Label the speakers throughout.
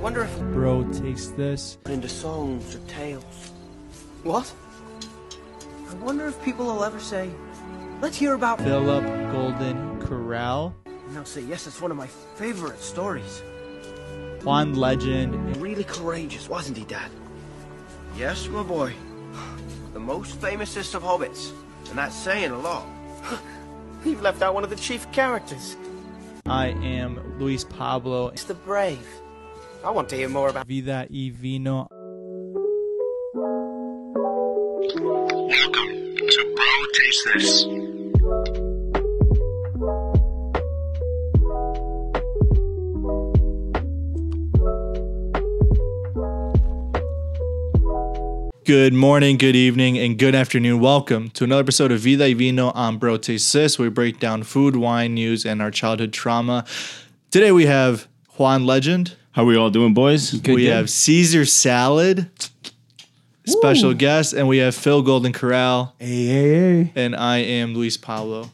Speaker 1: Wonder if
Speaker 2: Bro takes this.
Speaker 1: into songs or tales. What? I wonder if people will ever say, "Let's hear about."
Speaker 2: Philip Golden Corral.
Speaker 1: And they'll say, "Yes, it's one of my favorite stories."
Speaker 2: Juan Legend.
Speaker 1: Really courageous, wasn't he, Dad? Yes, my boy. The most famousest of hobbits, and that's saying a lot.
Speaker 3: You've left out one of the chief characters.
Speaker 2: I am Luis Pablo
Speaker 3: It's the brave. I want to hear more about.
Speaker 2: Vida y Vino.
Speaker 4: Welcome to Bro Taste This.
Speaker 2: Good morning, good evening, and good afternoon. Welcome to another episode of Vida y Vino on Bro Taste This. where We break down food, wine, news, and our childhood trauma. Today we have Juan Legend.
Speaker 5: How we all doing, boys?
Speaker 2: we have Caesar Salad, special guest, and we have Phil Golden Corral.
Speaker 6: Hey, hey, hey.
Speaker 2: And I am Luis Pablo.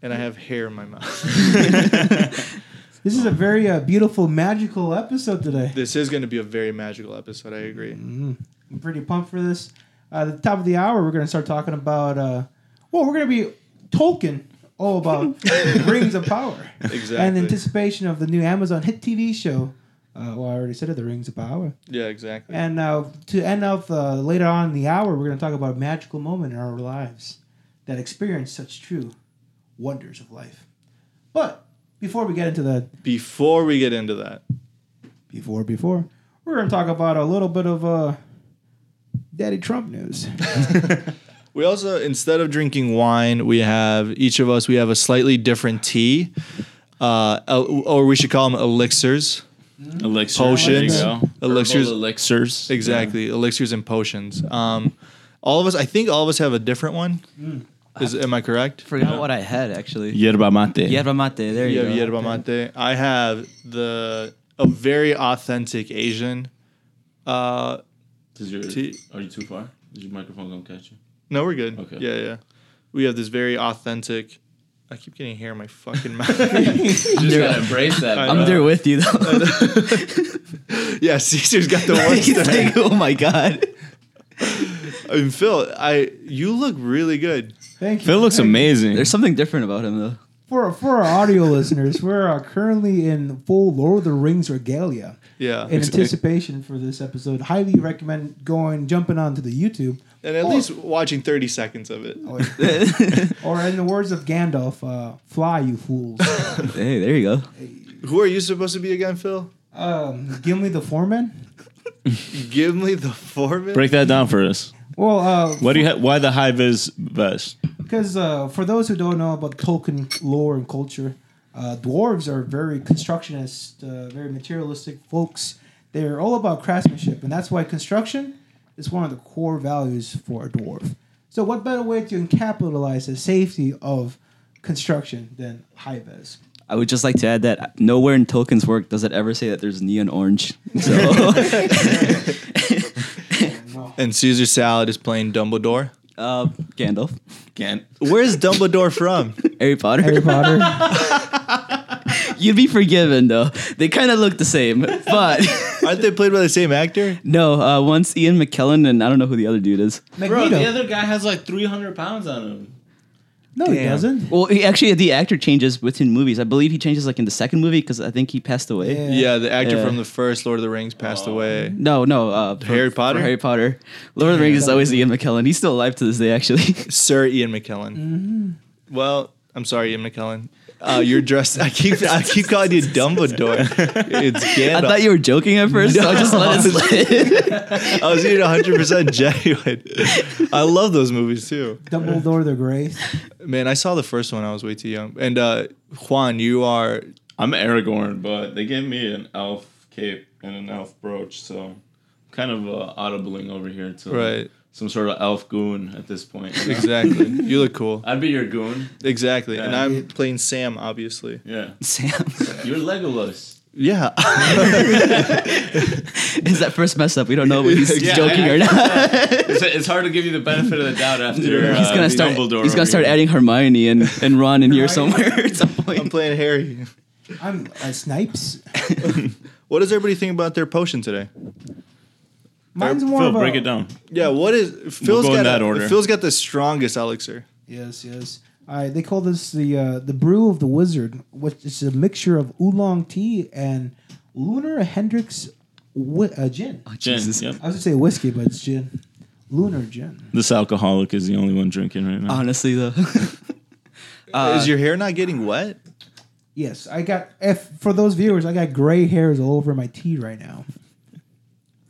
Speaker 2: And I have hair in my mouth.
Speaker 6: This is a very uh, beautiful, magical episode today.
Speaker 2: This is going to be a very magical episode. I agree.
Speaker 6: I'm pretty pumped for this. Uh, at the top of the hour, we're going to start talking about, uh, well, we're going to be Tolkien all about Rings of Power.
Speaker 2: Exactly.
Speaker 6: And anticipation of the new Amazon hit TV show. Uh, well, I already said it, The Rings of Power.
Speaker 2: yeah, exactly.
Speaker 6: And uh, to end off uh, later on in the hour, we're going to talk about a magical moment in our lives that experience such true wonders of life. But before we get into the
Speaker 2: Before we get into that,
Speaker 6: before before we're going to talk about a little bit of uh daddy trump news
Speaker 2: we also, instead of drinking wine, we have each of us, we have a slightly different tea. Uh, el- or we should call them elixirs.
Speaker 5: Elixir.
Speaker 2: Potions.
Speaker 5: There you go.
Speaker 2: Elixirs.
Speaker 5: Herbal elixirs.
Speaker 2: Exactly. Elixirs and potions. Um, all of us, I think all of us have a different one. Is, am I correct?
Speaker 7: Forgot what I had actually.
Speaker 5: Yerba mate.
Speaker 7: Yerba mate. There
Speaker 2: You
Speaker 7: you,
Speaker 2: have
Speaker 7: go.
Speaker 2: yerba mate. I have the a very authentic Asian. Uh,
Speaker 5: Does your-
Speaker 2: Tea.
Speaker 5: Are you too far? Is your microphone gonna catch you?
Speaker 2: no, we're good.
Speaker 5: Okay.
Speaker 2: Yeah, yeah. We have this very authentic. I keep getting hair in my fucking mouth.
Speaker 5: You just gotta embrace that.
Speaker 2: I
Speaker 5: bro.
Speaker 7: I'm there with you though.
Speaker 2: yeah, Caesar's got the worst.
Speaker 7: He's like, oh my god.
Speaker 2: I mean, Phil, I you look really good.
Speaker 6: thank you
Speaker 5: Phil looks
Speaker 6: Thank you.
Speaker 5: amazing.
Speaker 7: There's something different about him though.
Speaker 6: for for our audio listeners we're uh, currently in full lord of the rings regalia
Speaker 2: Yeah,
Speaker 6: in anticipation for this episode highly recommend going jumping onto the youtube
Speaker 2: and at least watching thirty seconds of it.
Speaker 6: or, or in the words of gandalf uh, fly you fools
Speaker 7: Hey, there you go.
Speaker 2: Who are you supposed to be again, Phil?
Speaker 6: um, gimli the foreman
Speaker 2: Gimli the foreman.
Speaker 5: Break that down for us.
Speaker 6: well uh,
Speaker 5: Why do you? Ha- why the high vis vest?
Speaker 6: Because uh, for those who don't know about Tolkien lore and culture, uh, dwarves are very constructionist, uh, very materialistic folks. They're all about craftsmanship, and that's why construction is one of the core values for a dwarf. So, what better way to capitalize the safety of construction than high vis?
Speaker 7: I would just like to add that nowhere in Tolkien's work does it ever say that there's neon orange. So,
Speaker 2: And Caesar Salad is playing Dumbledore.
Speaker 7: uh, Gandalf,
Speaker 5: Can't.
Speaker 2: Where's Dumbledore from?
Speaker 7: Harry Potter.
Speaker 6: Harry Potter.
Speaker 7: You'd be forgiven though. They kind of look the same, but
Speaker 2: Aren't they played by the same actor?
Speaker 7: no. Uh, once Ian McKellen and I don't know who the other dude is.
Speaker 6: Magneto.
Speaker 5: other guy has like 300 pounds on him.
Speaker 6: no, he doesn't.
Speaker 7: Well, he, actually, the actor changes within movies. I believe he changes like in the second movie because I think he passed away.
Speaker 6: Yeah.
Speaker 2: Yeah, the actor
Speaker 7: Yeah.
Speaker 2: from the first Lord of the Rings passed away.
Speaker 7: No, no. Uh, for-
Speaker 2: Harry
Speaker 7: for
Speaker 2: Potter?
Speaker 7: Harry Potter. Lord of the Rings is always Ian McKellen. He's still alive to this day, actually.
Speaker 2: Sir Ian McKellen.
Speaker 7: Mm-hmm.
Speaker 2: Well, I'm sorry, Ian McKellen. Uh, you're dressed. I keep I keep calling you Dumbledore. It's
Speaker 7: I
Speaker 2: Gandalf.
Speaker 7: thought you were joking at first, so I just let it slip.
Speaker 2: I was being 100 percent genuine. I love those movies too.
Speaker 6: Dumbledore the Great.
Speaker 2: Man, I saw the first one. I was way too young. And uh, Juan, you are
Speaker 5: I'm Aragorn, but they gave me an elf cape and an elf brooch, so I'm kind of uh, audibling over here to
Speaker 2: right.
Speaker 5: some sort of elf goon at this point. you know?
Speaker 2: Exactly. You look cool.
Speaker 5: I'd be your goon.
Speaker 2: Exactly. And
Speaker 5: Yeah.
Speaker 2: I'm playing Sam, obviously.
Speaker 5: Yeah.
Speaker 7: Sam,
Speaker 5: You're Legolas.
Speaker 2: Yeah.
Speaker 7: is that first mess up? We don't know if he's
Speaker 5: Yeah,
Speaker 7: joking
Speaker 5: I-
Speaker 7: or not.
Speaker 5: It's, it's hard to give you the benefit of the doubt after
Speaker 7: he's
Speaker 5: uh,
Speaker 7: gonna start.
Speaker 5: Dumbledore.
Speaker 7: he's
Speaker 5: over
Speaker 7: gonna start
Speaker 5: here.
Speaker 7: adding Hermione and, and Ron in here somewhere at some
Speaker 2: I'm
Speaker 7: point.
Speaker 2: playing Harry.
Speaker 6: I'm uh, Snipes.
Speaker 2: What does everybody think about their potion today?
Speaker 6: Mine's more
Speaker 5: Phil,
Speaker 6: of a,
Speaker 5: break it down.
Speaker 2: Yeah, what is Phil's
Speaker 5: go in
Speaker 2: got
Speaker 5: that
Speaker 2: a-
Speaker 5: order.
Speaker 2: Phil's got the strongest elixir.
Speaker 6: Yes, yes. All right, they call this the uh, the brew of the wizard, which is a mixture of oolong tea and Lunar Hendrix wi- uh, gin. I
Speaker 5: Gin.
Speaker 7: Jesus.
Speaker 5: Yep.
Speaker 6: was gonna say whiskey, but it's gin. Lunar gin.
Speaker 5: This alcoholic is the only one drinking right
Speaker 2: Oh,
Speaker 5: now.
Speaker 7: Honestly, though.
Speaker 2: is your hair not getting wet?
Speaker 6: Yes, I got. If for those viewers, I got gray hairs all over my tea right now,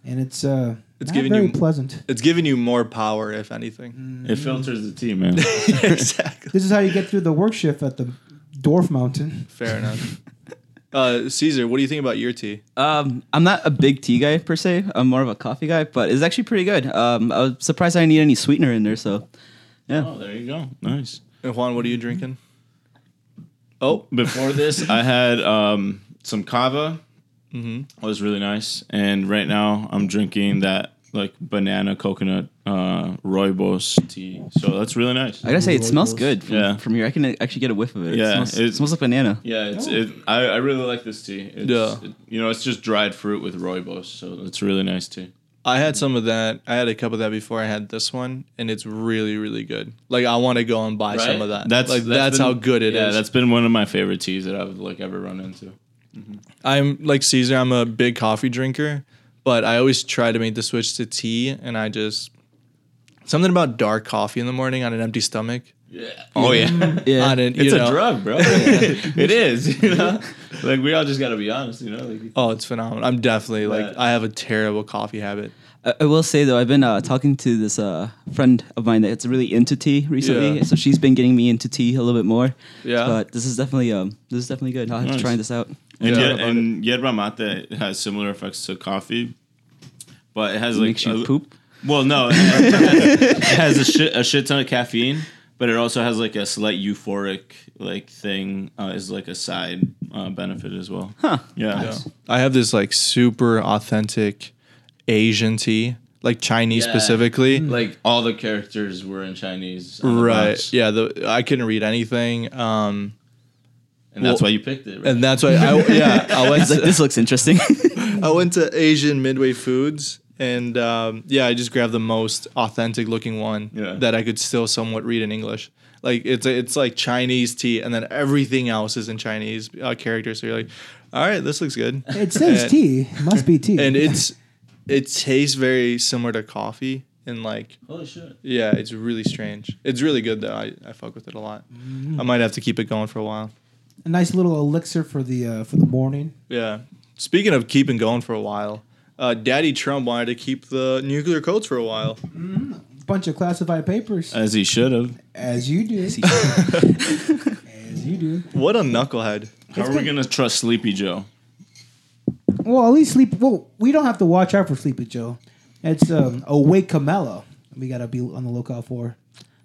Speaker 6: and it's uh,
Speaker 2: It's
Speaker 6: it's not
Speaker 2: giving
Speaker 6: very
Speaker 2: you-
Speaker 6: pleasant.
Speaker 2: It's giving you more power, if anything.
Speaker 5: It filters the tea, man.
Speaker 2: exactly.
Speaker 6: This is how you get through the work shift at the Dwarf Mountain.
Speaker 2: Fair enough. Uh, Caesar, what do you think about your tea?
Speaker 7: Um, I'm not a big tea guy per se. I'm more of a coffee guy, but it's actually pretty good. Um, I was surprised I didn't need any sweetener in there. So,
Speaker 5: oh, there you go. Nice.
Speaker 2: And Juan, what are you drinking?
Speaker 5: Oh, before this, I had um, some kava.
Speaker 2: Mm-hmm.
Speaker 5: It was really nice. And right now, I'm drinking that like banana coconut uh, rooibos tea. So that's really nice.
Speaker 7: I gotta say, it smells good. From,
Speaker 5: Yeah.
Speaker 7: from here, I can actually get a whiff of it.
Speaker 5: Yeah,
Speaker 7: it smells,
Speaker 5: it-
Speaker 7: it smells like banana.
Speaker 5: yeah, it's it. I, I really like this tea. It's,
Speaker 2: Oh. Yeah.
Speaker 5: it- you know, it's just dried fruit with rooibos, so it's really nice tea.
Speaker 2: I had some of that. I had a cup of that before I had this one, and it's really, really good. Like I want to go and buy some of that.
Speaker 5: That's
Speaker 2: like that's,
Speaker 5: been-
Speaker 2: how good it is.
Speaker 5: yeah, that's been one of my favorite teas that I've like ever run into.
Speaker 2: I'm like Caesar. I'm a big coffee drinker, but I always try to make the switch to tea, and I just something about dark coffee in the morning on an empty stomach.
Speaker 5: Oh yeah,
Speaker 7: Yeah,
Speaker 2: On an,
Speaker 5: it's
Speaker 2: you
Speaker 5: a
Speaker 2: know-
Speaker 5: drug, bro. it is. You know, like we all just gotta be honest. You know, like
Speaker 2: Oh, it's phenomenal. I'm definitely like
Speaker 5: Yeah.
Speaker 2: I have a terrible coffee habit.
Speaker 7: I, I will say though, I've been uh, talking to this uh, friend of mine that's really into tea recently.
Speaker 2: Yeah.
Speaker 7: So she's been getting me into tea a little bit more.
Speaker 2: Yeah.
Speaker 7: but this is definitely um, this is definitely good. I'll have
Speaker 5: Nice.
Speaker 7: to try this out.
Speaker 5: And,
Speaker 2: Yeah.
Speaker 5: yet, and yerba mate has similar effects to coffee, but it has like uh,
Speaker 7: Makes you
Speaker 5: a-
Speaker 7: poop.
Speaker 5: Well, no, it has, it has a shit a shit ton of caffeine, but it also has like a slight euphoric like thing uh, is like a side uh, benefit as well. Huh? Yeah.
Speaker 2: I have this like super authentic Asian tea, like Chinese
Speaker 5: Yeah.
Speaker 2: specifically.
Speaker 6: Mm.
Speaker 5: Like all the characters were in Chinese, on the
Speaker 2: Right.
Speaker 5: box,
Speaker 2: Yeah. The, I couldn't read anything. Um,
Speaker 5: and that's
Speaker 2: Well-
Speaker 5: why you picked it. Right?
Speaker 2: and that's why I yeah I went
Speaker 7: It's like
Speaker 2: to,
Speaker 7: this looks interesting.
Speaker 2: I went to Asian Midway Foods and um, yeah I just grabbed the most authentic looking one
Speaker 5: Yeah.
Speaker 2: that I could still somewhat read in English. Like it's it's like Chinese tea and then everything else is in Chinese uh, characters. So you're like, all right, this looks good.
Speaker 6: It says
Speaker 2: And-
Speaker 6: tea. It must be tea.
Speaker 2: and it's it tastes very similar to coffee and like
Speaker 5: holy shit.
Speaker 2: yeah it's really strange it's really good though i, I fuck with it a lot
Speaker 5: Mm.
Speaker 2: i might have to keep it going for a while
Speaker 6: a nice little elixir for the uh, for the morning.
Speaker 2: yeah speaking of keeping going for a while uh, daddy trump wanted to keep the nuclear codes for a while
Speaker 6: Bunch of classified papers,
Speaker 5: As he should have.
Speaker 6: as you do. as you do.
Speaker 2: what a knucklehead
Speaker 5: How are we gonna trust Sleepy Joe?
Speaker 6: Well, at least sleep. Well, we don't have to watch out for Sleepy Joe. It's um, awake Camelo. We gotta be on the lookout for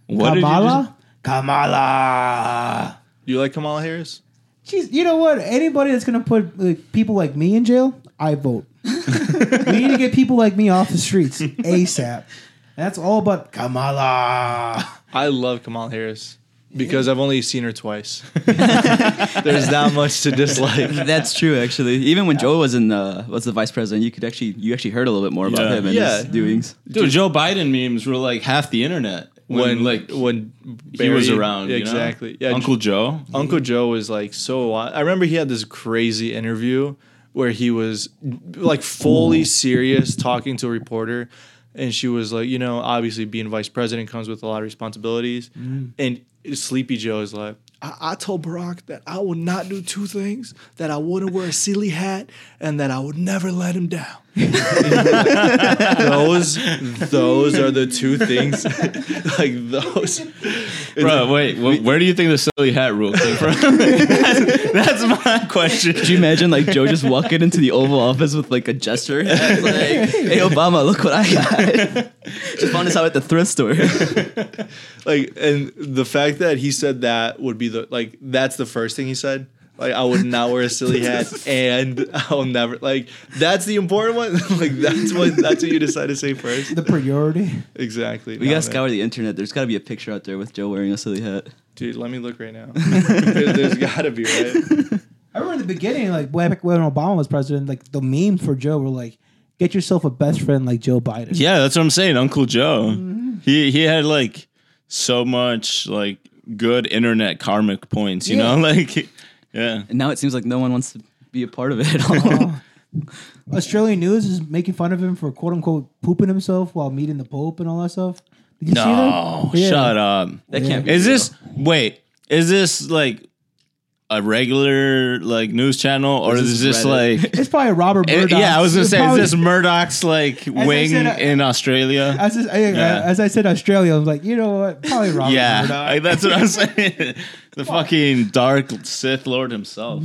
Speaker 5: What did you
Speaker 6: Kamala. Kamala.
Speaker 2: you like kamala harris
Speaker 6: She's. You know what? Anybody that's gonna put uh, people like me in jail, I vote. we need to get people like me off the streets asap. And that's all about Kamala.
Speaker 2: i love kamala harris because I've only seen her twice. There's not much to dislike.
Speaker 7: That's true, actually. Even when Joe was in uh, was the vice president, you could actually you actually heard a little bit more about
Speaker 5: Yeah.
Speaker 7: him and
Speaker 2: Yeah.
Speaker 7: his doings.
Speaker 5: Dude, Joe Biden memes were like half the internet
Speaker 2: When, like when
Speaker 5: he was
Speaker 2: Barry-
Speaker 5: around. you know?
Speaker 2: exactly. Yeah,
Speaker 5: Uncle Joe.
Speaker 2: Uncle Joe was like so. wi- I remember he had this crazy interview where he was like fully serious talking to a reporter, and she was like, you know, obviously being vice president comes with a lot of responsibilities, and Sleepy Joe is like. Mm. I, I told Barack that I would not do two things: that I wouldn't wear a silly hat, and that I would never let him down. those, those are the two things. like those,
Speaker 5: Bro, Uh, wait. wh- where do you think the silly hat rule came from? that's, that's my question.
Speaker 7: Could you imagine like Joe just walking into the Oval Office with like a gesture? It's like, hey Obama, look what I got. just found this out at the thrift store.
Speaker 2: like and the fact that he said that would be the like that's the first thing he said like i would not wear a silly hat and i'll never like that's the important one like that's what that's what you decide to say first
Speaker 6: the priority.
Speaker 2: exactly
Speaker 7: We
Speaker 2: Nah,
Speaker 5: Oh,
Speaker 2: man.
Speaker 7: gotta scour the internet. There's gotta be a picture out there with Joe wearing a silly hat.
Speaker 2: dude let me look right now There- there's gotta be right
Speaker 6: I remember in the beginning, like way back when Obama was president, like the memes for Joe were like, "Get yourself a best friend like Joe Biden."
Speaker 5: Yeah, that's what I'm saying. Uncle Joe.
Speaker 6: Mm-hmm.
Speaker 5: He he had like so much like good internet karmic points, you know? Like yeah.
Speaker 7: And now it seems like no one wants to be a part of it at all.
Speaker 6: Australian news is making fun of him for quote unquote pooping himself while meeting the Pope and all that stuff. Did you see
Speaker 5: No,
Speaker 6: that? Yeah.
Speaker 5: shut up.
Speaker 7: that can't be.
Speaker 5: Is
Speaker 7: real.
Speaker 5: this wait, is this like a regular like news channel or
Speaker 7: This
Speaker 5: is
Speaker 7: is
Speaker 5: this
Speaker 7: Reddit.
Speaker 5: like
Speaker 6: It's probably Robert Murdoch.
Speaker 5: Eh, yeah, I was gonna
Speaker 6: It's
Speaker 5: say,
Speaker 6: probably-
Speaker 5: is this Murdoch's like
Speaker 6: I
Speaker 5: wing
Speaker 6: said, I-
Speaker 5: in Australia?
Speaker 6: As, I- I-
Speaker 5: Yeah.
Speaker 6: as I said, Australia. I was like, you know what? Probably Robert
Speaker 5: yeah,
Speaker 6: Murdoch.
Speaker 5: like, that's what I'm saying. the fucking dark Sith Lord himself.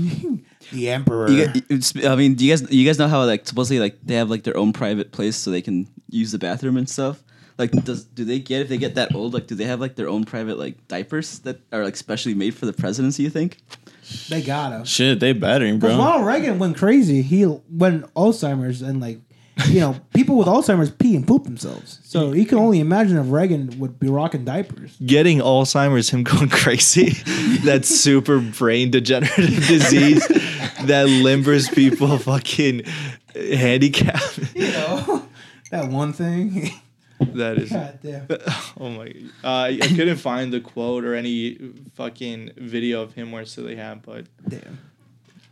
Speaker 6: The Emperor.
Speaker 7: You gu- it's- I mean, do you guys you guys know how like supposedly like they have like their own private place so they can use the bathroom and stuff. Like, does do they get if they get that old? Like, do they have like their own private like diapers that are like specially made for the presidency? You think?
Speaker 6: they got him.
Speaker 5: Shit, they better,
Speaker 6: Because
Speaker 5: bro.
Speaker 6: Ronald Reagan went crazy. He went Alzheimer's and like, you know, people with Alzheimer's pee and poop themselves. So you can only imagine if Reagan would be rocking diapers.
Speaker 2: Getting Alzheimer's, him going crazy, that super brain degenerative disease that limbers people fucking handicapped.
Speaker 6: You know, that one thing.
Speaker 2: That is.
Speaker 6: God damn.
Speaker 2: Oh my! Uh, I I couldn't find the quote or any fucking video of him where silly hat, but
Speaker 6: damn.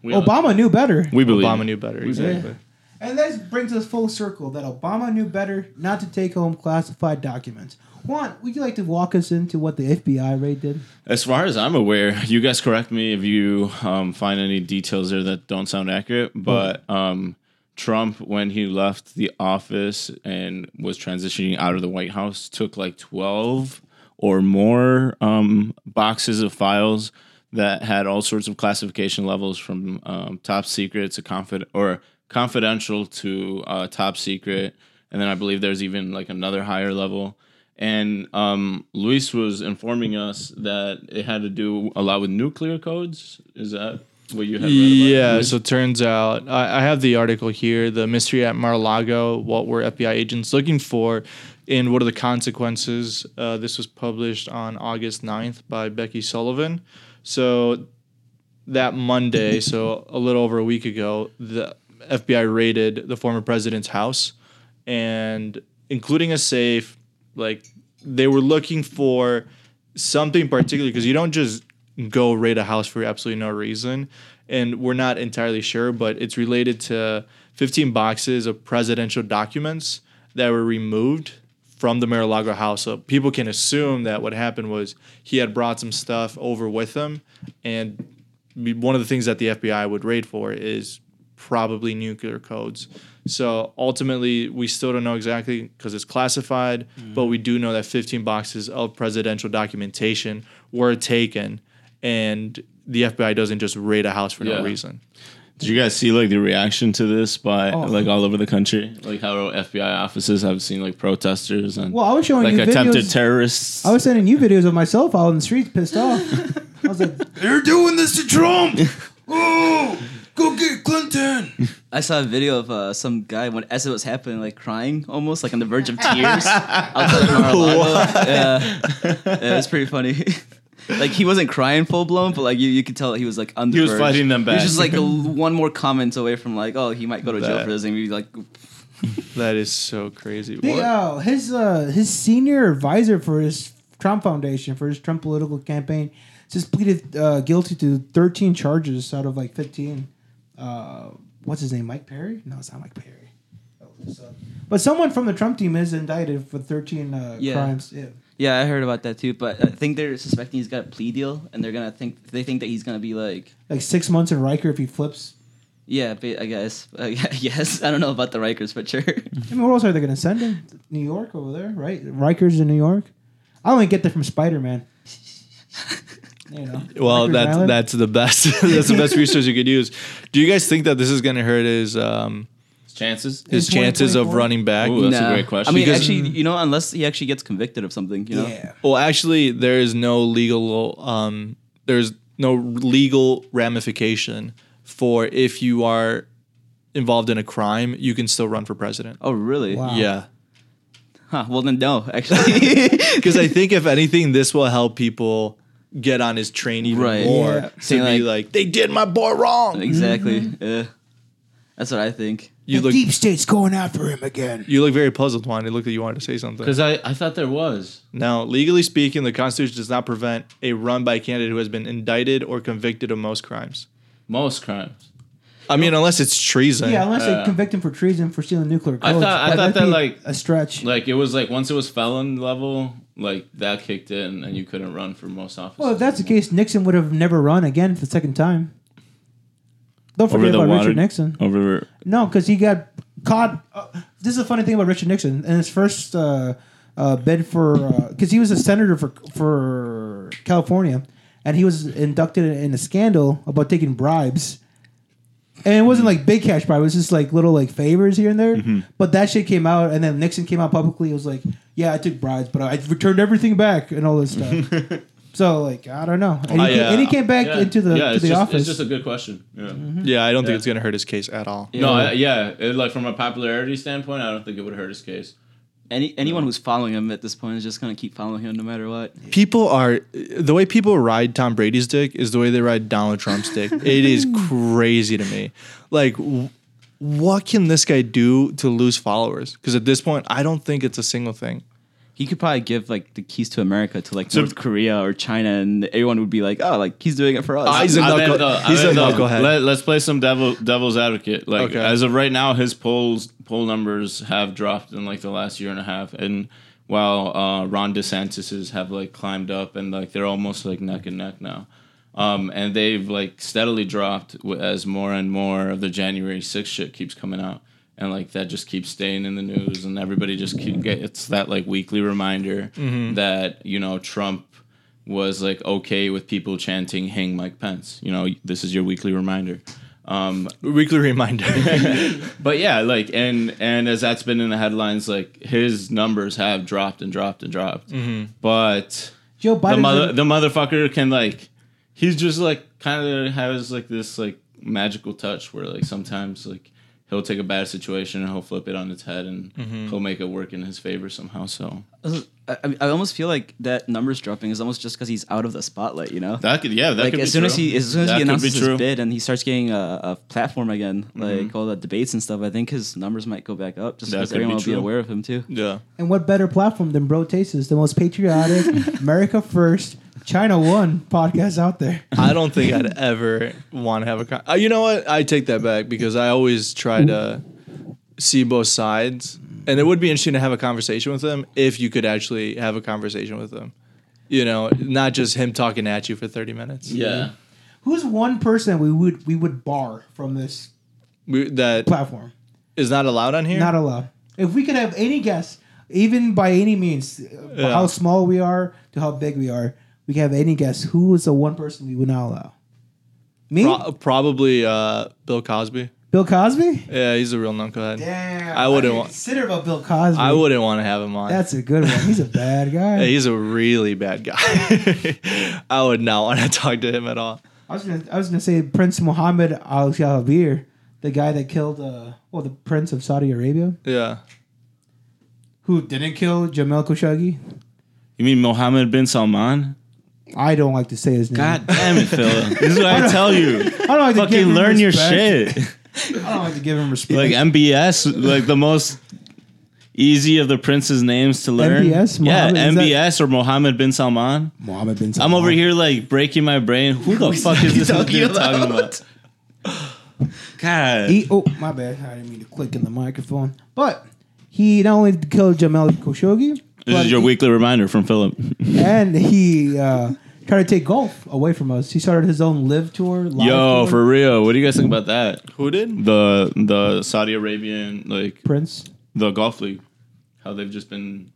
Speaker 5: We,
Speaker 6: Obama knew better.
Speaker 5: we believe.
Speaker 2: Obama knew better. Exactly.
Speaker 6: And this brings us full circle that Obama knew better not to take home classified documents. Juan, would you like to walk us into what the FBI raid did?
Speaker 5: As far as I'm aware, you guys correct me if you um, find any details there that don't sound accurate. But um, Trump, when he left the office and was transitioning out of the White House, took like 12 or more um, boxes of files that had all sorts of classification levels from um, top secret to confid or confidential to uh, top secret, and then I believe there's even like another higher level and um, Luis was informing us that it had to do a lot with nuclear codes. Is that what you had? Read about?
Speaker 2: Yeah, so it turns out I, I have the article here The Mystery at Mar Lago What Were FBI Agents Looking For? And What Are the Consequences? Uh, this was published on August 9th by Becky Sullivan. So that Monday, so a little over a week ago, the FBI raided the former president's house and including a safe, like they were looking for something particular because you don't just go raid a house for absolutely no reason. And we're not entirely sure, but it's related to 15 boxes of presidential documents that were removed from the Mar-a-Lago house. So people can assume that what happened was he had brought some stuff over with him. And be- one of the things that the FBI would raid for is probably nuclear codes. So ultimately, we still don't know exactly because it's classified, but we do know that 15 boxes of presidential documentation were taken, and the FBI doesn't just raid a house for
Speaker 5: Yeah.
Speaker 2: no reason.
Speaker 5: Did you guys see like the reaction to this by
Speaker 6: Oh.
Speaker 5: like all over the country? Like how FBI offices have seen like protesters and
Speaker 6: Well, I was showing
Speaker 5: like
Speaker 6: you videos.
Speaker 5: attempted terrorists.
Speaker 6: I was sending you videos of myself out in the streets, pissed off. I was like,
Speaker 5: They're doing this to Trump. oh, go get Clinton.
Speaker 7: I saw a video of uh, some guy when as it was happening, like crying almost, like on the verge of tears outside of Mar-a-Lago. Yeah. yeah, it was pretty funny. like he wasn't crying full blown, but like you, you could tell that he was like on the
Speaker 5: He was
Speaker 7: verge.
Speaker 5: fighting them
Speaker 7: He
Speaker 5: back.
Speaker 7: was just like a, one more comment away from like, oh, he might go to jail
Speaker 2: That-
Speaker 7: for this, and we'd be like,
Speaker 2: That is so crazy.
Speaker 6: the,
Speaker 2: What-
Speaker 6: uh, his uh, his senior advisor for his Trump Foundation for his Trump political campaign just pleaded uh, guilty to 13 charges out of like 15. Uh, what's his name? Mike Perry? No, it's not Mike Perry. That was his son. But someone from the Trump team is indicted for 13 uh,
Speaker 7: Yeah.
Speaker 6: crimes. Yeah.
Speaker 7: yeah, I heard about that too. But I think they're suspecting he's got a plea deal, and they're gonna think they think that he's gonna be like,
Speaker 6: Like six months in Riker if he flips.
Speaker 7: yeah, ba- I guess, uh, yes, I don't know about the Rikers, but sure.
Speaker 6: I mean, where else are they going to send him? New York over there, right? Rikers in New York. I only get that from Spider Man. you know.
Speaker 2: well,
Speaker 6: Rikers
Speaker 2: that's
Speaker 6: Island.
Speaker 2: that's the best. that's the best resource you could use. Do you guys think that this is going to hurt his um,
Speaker 5: Chances.
Speaker 2: his
Speaker 6: In
Speaker 2: chances of
Speaker 6: 2024?
Speaker 2: running back?
Speaker 5: Ooh, that's a
Speaker 7: Nah.
Speaker 5: great question.
Speaker 7: I mean,
Speaker 5: Because-
Speaker 7: actually, you know, unless he actually gets convicted of something, you know.
Speaker 6: Yeah.
Speaker 2: Well, actually, there is no legal um, there's no legal ramification for if you are involved in a crime, you can still run for president.
Speaker 7: Oh, really?
Speaker 6: Wow.
Speaker 2: Yeah,
Speaker 7: Huh, well, then no, actually.
Speaker 2: because I think if anything, this will help people get on his train even
Speaker 7: Right.
Speaker 2: more
Speaker 6: Yeah.
Speaker 2: to
Speaker 7: Say,
Speaker 2: be
Speaker 7: like-
Speaker 2: like, they did my boy wrong.
Speaker 7: Exactly.
Speaker 6: Mm-hmm.
Speaker 7: Yeah. That's what I think.
Speaker 2: You
Speaker 6: the
Speaker 2: look
Speaker 6: deep state's going after him again.
Speaker 2: you look very puzzled, Juan. It looked like you wanted to say something.
Speaker 5: Because I, I thought there was.
Speaker 2: Now, legally speaking, the Constitution does not prevent a run by a candidate who has been indicted or convicted of most crimes.
Speaker 5: Most crimes.
Speaker 2: I mean, unless it's treason.
Speaker 6: Yeah, unless they convict him for treason for stealing nuclear
Speaker 5: Uh, I
Speaker 6: codes.
Speaker 5: thought- I
Speaker 6: But
Speaker 5: thought
Speaker 6: that'd
Speaker 5: that,
Speaker 6: be
Speaker 5: like-
Speaker 6: a stretch.
Speaker 5: Like it was like once it was felon level, like that kicked in and you couldn't run for most offices.
Speaker 6: well, if that's the case, Nixon would have never run again for the second time. Don't
Speaker 5: Over
Speaker 6: forget
Speaker 5: the
Speaker 6: about
Speaker 5: water-
Speaker 6: Richard Nixon.
Speaker 5: Over
Speaker 6: No, because he got caught. Uh, this is a funny thing about Richard Nixon and his first uh, uh, bid for because he was a senator for for California, and he was inducted in a scandal about taking bribes. And it wasn't like big cash bribe; it was just like little like favors here and there.
Speaker 5: Mm-hmm.
Speaker 6: But that shit came out, and then Nixon came out publicly. It was like, "Yeah, I took bribes, but I returned everything back and all this stuff." so like, I don't know. And he,
Speaker 2: I,
Speaker 6: ca-
Speaker 2: uh,
Speaker 6: and he came back
Speaker 5: yeah.
Speaker 6: into the
Speaker 5: yeah,
Speaker 6: to
Speaker 5: it's
Speaker 6: the
Speaker 5: just,
Speaker 6: office. Mm-hmm.
Speaker 5: It's just a good question. Yeah.
Speaker 2: Yeah, I don't think
Speaker 5: Yeah.
Speaker 2: it's going to hurt his case at all.
Speaker 5: No, I, yeah. It, like from a popularity standpoint, I don't think it would hurt his case.
Speaker 7: Any anyone who's following him at this point is just gonna keep following him no matter what.
Speaker 2: People are the way people ride Tom Brady's dick is the way they ride Donald Trump's dick. it is crazy to me. Like, w- what can this guy do to lose followers? Because at this point, I don't think it's a single thing.
Speaker 7: He could probably give like the keys to America to like North Korea or China, and everyone would be like, "Oh, like he's doing it for us."
Speaker 2: He's a
Speaker 5: I bet
Speaker 2: knuckle-
Speaker 5: though- I
Speaker 2: he's a
Speaker 5: bet though,
Speaker 2: knucklehead.
Speaker 5: Let, us play some devil devil's advocate. Like
Speaker 2: Okay.
Speaker 5: as of right now, his polls poll numbers have dropped in like the last year and a half, and while uh, Ron DeSantis's have like climbed up and like they're almost like neck and neck now. Um, and they've like steadily dropped w- as more and more of the January 6th shit keeps coming out. And like that just keeps staying in the news, and everybody just keep get it's that like weekly reminder
Speaker 2: Mm-hmm.
Speaker 5: that you know Trump was like okay with people chanting "Hang Mike Pence." You know, this is your weekly reminder. Um,
Speaker 2: Weekly reminder.
Speaker 5: but yeah, like and and as that's been in the headlines, like his numbers have dropped and dropped and dropped.
Speaker 7: Mm-hmm.
Speaker 5: But
Speaker 6: Joe
Speaker 5: the
Speaker 6: Biden.
Speaker 5: mother the motherfucker can like he's just like kind of has like this like magical touch where like sometimes like he'll take a bad situation and he'll flip it on its head and
Speaker 7: Mm-hmm.
Speaker 5: he'll make it work in his favor somehow. So
Speaker 7: I, I- I almost feel like that numbers dropping is almost just because he's out of the spotlight, you know.
Speaker 5: that could yeah that
Speaker 7: like
Speaker 5: could
Speaker 7: as
Speaker 5: be
Speaker 7: soon
Speaker 5: true.
Speaker 7: as he as soon as
Speaker 5: That
Speaker 7: he
Speaker 5: could be
Speaker 7: announces
Speaker 5: true. Mm-hmm.
Speaker 7: his bid and he starts getting a, a platform again, like all the debates and stuff, I think his numbers might go back up just
Speaker 5: That
Speaker 7: because
Speaker 5: could be
Speaker 7: everyone will be
Speaker 5: true.
Speaker 7: aware of him too.
Speaker 2: yeah.
Speaker 6: And what better platform than Bro Tastes, the most patriotic, America first, China one podcast out there?
Speaker 2: I don't think I'd ever want to have a. Con- uh, you know what? I take that back because I always try to see both sides, and it would be interesting to have a conversation with them if you could actually have a conversation with them. You know, not just him talking at you for thirty minutes.
Speaker 5: yeah.
Speaker 6: Who's one person we would we would bar from this
Speaker 2: we, that
Speaker 6: platform?
Speaker 2: is not allowed on here.
Speaker 6: Not allowed. If we could have any guest, even by any means, uh,
Speaker 2: Yeah.
Speaker 6: how small we are to how big we are, we could have any guest. Who is the one person we would not allow? Me,
Speaker 2: Pro- probably uh, Bill Cosby.
Speaker 6: Bill Cosby.
Speaker 2: Yeah, he's a real knucklehead.
Speaker 6: Damn,
Speaker 2: I wouldn't
Speaker 6: didn't
Speaker 2: want-
Speaker 6: consider about Bill Cosby.
Speaker 2: I wouldn't want to have him on.
Speaker 6: That's a good one. He's a bad guy.
Speaker 2: Yeah, he's a really bad guy. I would not want to talk to him at all.
Speaker 6: I was gonna, I was gonna say Prince Mohammed Al Jahabir, the guy that killed, uh, well, the Prince of Saudi Arabia,
Speaker 2: Yeah.
Speaker 6: who didn't kill Jamal Khashoggi.
Speaker 5: You mean Mohammed bin Salman?
Speaker 6: I don't like to say his name.
Speaker 5: God damn it, Phil. This is what I tell you.
Speaker 6: I don't like to give
Speaker 5: Fucking
Speaker 6: him
Speaker 5: learn your
Speaker 6: respect.
Speaker 5: shit.
Speaker 6: I don't like to give him respect.
Speaker 5: Like MBS, like the most easy of the prince's names to learn.
Speaker 6: MBS?
Speaker 5: yeah,
Speaker 6: Mohammed, is that-
Speaker 5: MBS or Mohammed bin Salman.
Speaker 6: Mohammed bin
Speaker 5: I'm over here like breaking my brain. Who the fuck is this dude talking about? God,
Speaker 6: He, oh, my bad. I didn't mean to click in the microphone. But he not only killed Jamal Khashoggi,
Speaker 5: this
Speaker 6: but
Speaker 5: is your weekly reminder from Philip.
Speaker 6: and he uh, tried to take golf away from us. He started his own live tour. Live
Speaker 5: Yo,
Speaker 6: tour.
Speaker 5: for real. What do you guys think about that?
Speaker 2: Who did?
Speaker 5: The the Saudi Arabian like
Speaker 6: Prince.
Speaker 5: the golf league, how they've just been.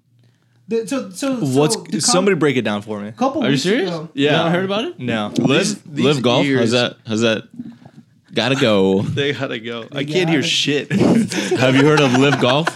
Speaker 6: The- so, so, so
Speaker 2: What's
Speaker 6: the com-
Speaker 2: somebody break it down for me?
Speaker 6: Couple
Speaker 5: Are you
Speaker 6: weeks
Speaker 5: serious?
Speaker 6: ago-
Speaker 2: Yeah.
Speaker 5: you not heard about it.
Speaker 2: No.
Speaker 5: Live
Speaker 2: These-
Speaker 5: live
Speaker 2: these
Speaker 5: golf.
Speaker 2: ears,
Speaker 5: How's that? How's that? Gotta go.
Speaker 2: They gotta go. I
Speaker 6: gotta
Speaker 2: can't hear
Speaker 6: go.
Speaker 2: shit.
Speaker 5: Have you heard of Live Golf?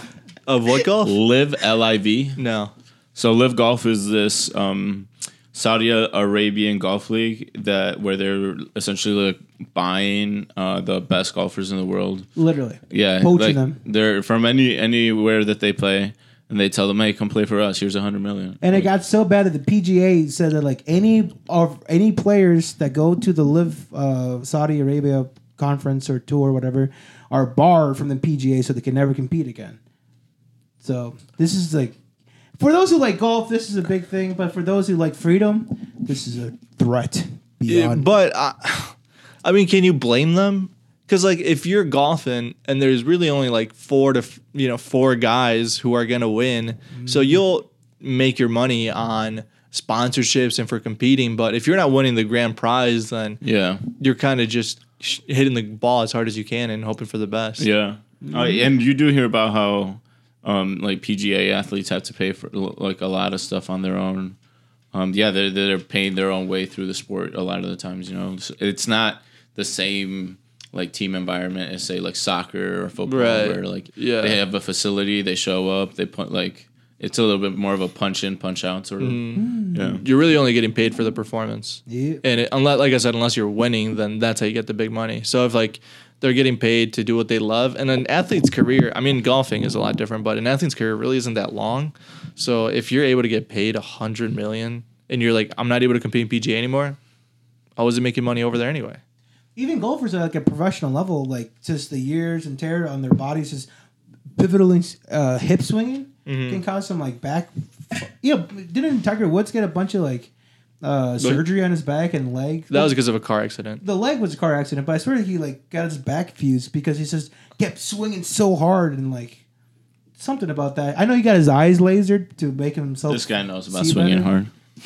Speaker 2: of what golf?
Speaker 5: Live L I V.
Speaker 2: No.
Speaker 5: So Live Golf is this um, Saudi Arabian golf league that where they're essentially like buying uh, the best golfers in the world.
Speaker 6: Literally.
Speaker 5: Yeah,
Speaker 6: Poaching
Speaker 5: like,
Speaker 6: them.
Speaker 5: They're from any anywhere that they play, and they tell them, "Hey, come play for us. Here's a hundred million.
Speaker 6: And it got so bad that the PGA said that like any of any players that go to the live uh, Saudi Arabia conference or tour or whatever are barred from the PGA, so they can never compete again. So this is like for those who like golf, this is a big thing. But for those who like freedom, this is a threat
Speaker 2: Yeah,
Speaker 6: beyond.
Speaker 2: but I, I mean, can you blame them? Because like, if you're golfing and there's really only like four to f- you know four guys who are gonna win,
Speaker 6: Mm.
Speaker 2: so you'll make your money on sponsorships and for competing. But if you're not winning the grand prize, then
Speaker 5: Yeah,
Speaker 2: you're kind of just sh- hitting the ball as hard as you can and hoping for the best.
Speaker 5: yeah.
Speaker 2: Mm-hmm.
Speaker 5: Uh, and you do hear about how um, like PGA athletes have to pay for l- like a lot of stuff on their own. Um, yeah, they're they're paying their own way through the sport a lot of the times. You know, So it's not the same like team environment as say like soccer or football,
Speaker 2: Right.
Speaker 5: where like
Speaker 2: Yeah.
Speaker 5: they have a facility, they show up, they put like it's a little bit more of a punch in, punch out sort of.
Speaker 2: Mm-hmm.
Speaker 5: Yeah.
Speaker 2: You're really only getting paid for the performance.
Speaker 6: Yeah.
Speaker 2: And it, unless, like I said, unless you're winning, then that's how you get the big money. So if like they're getting paid to do what they love, and an athlete's career, I mean, golfing is a lot different, but an athlete's career really isn't that long. So if you're able to get paid a hundred million, and you're like, I'm not able to compete in PGA anymore, I wasn't making money over there anyway.
Speaker 6: even golfers at like a professional level, like just the years and tear on their bodies, just pivotal uh, hip swinging can cause some like back. Yeah, didn't Tiger Woods get a bunch of like uh, surgery on his back and leg?
Speaker 2: That was because of a car accident.
Speaker 6: the leg was a car accident, but I swear he like got his back fused because he just kept swinging so hard and like something about that. I know he got his eyes lasered to make himself.
Speaker 5: This guy knows about
Speaker 6: see
Speaker 5: swinging
Speaker 6: better.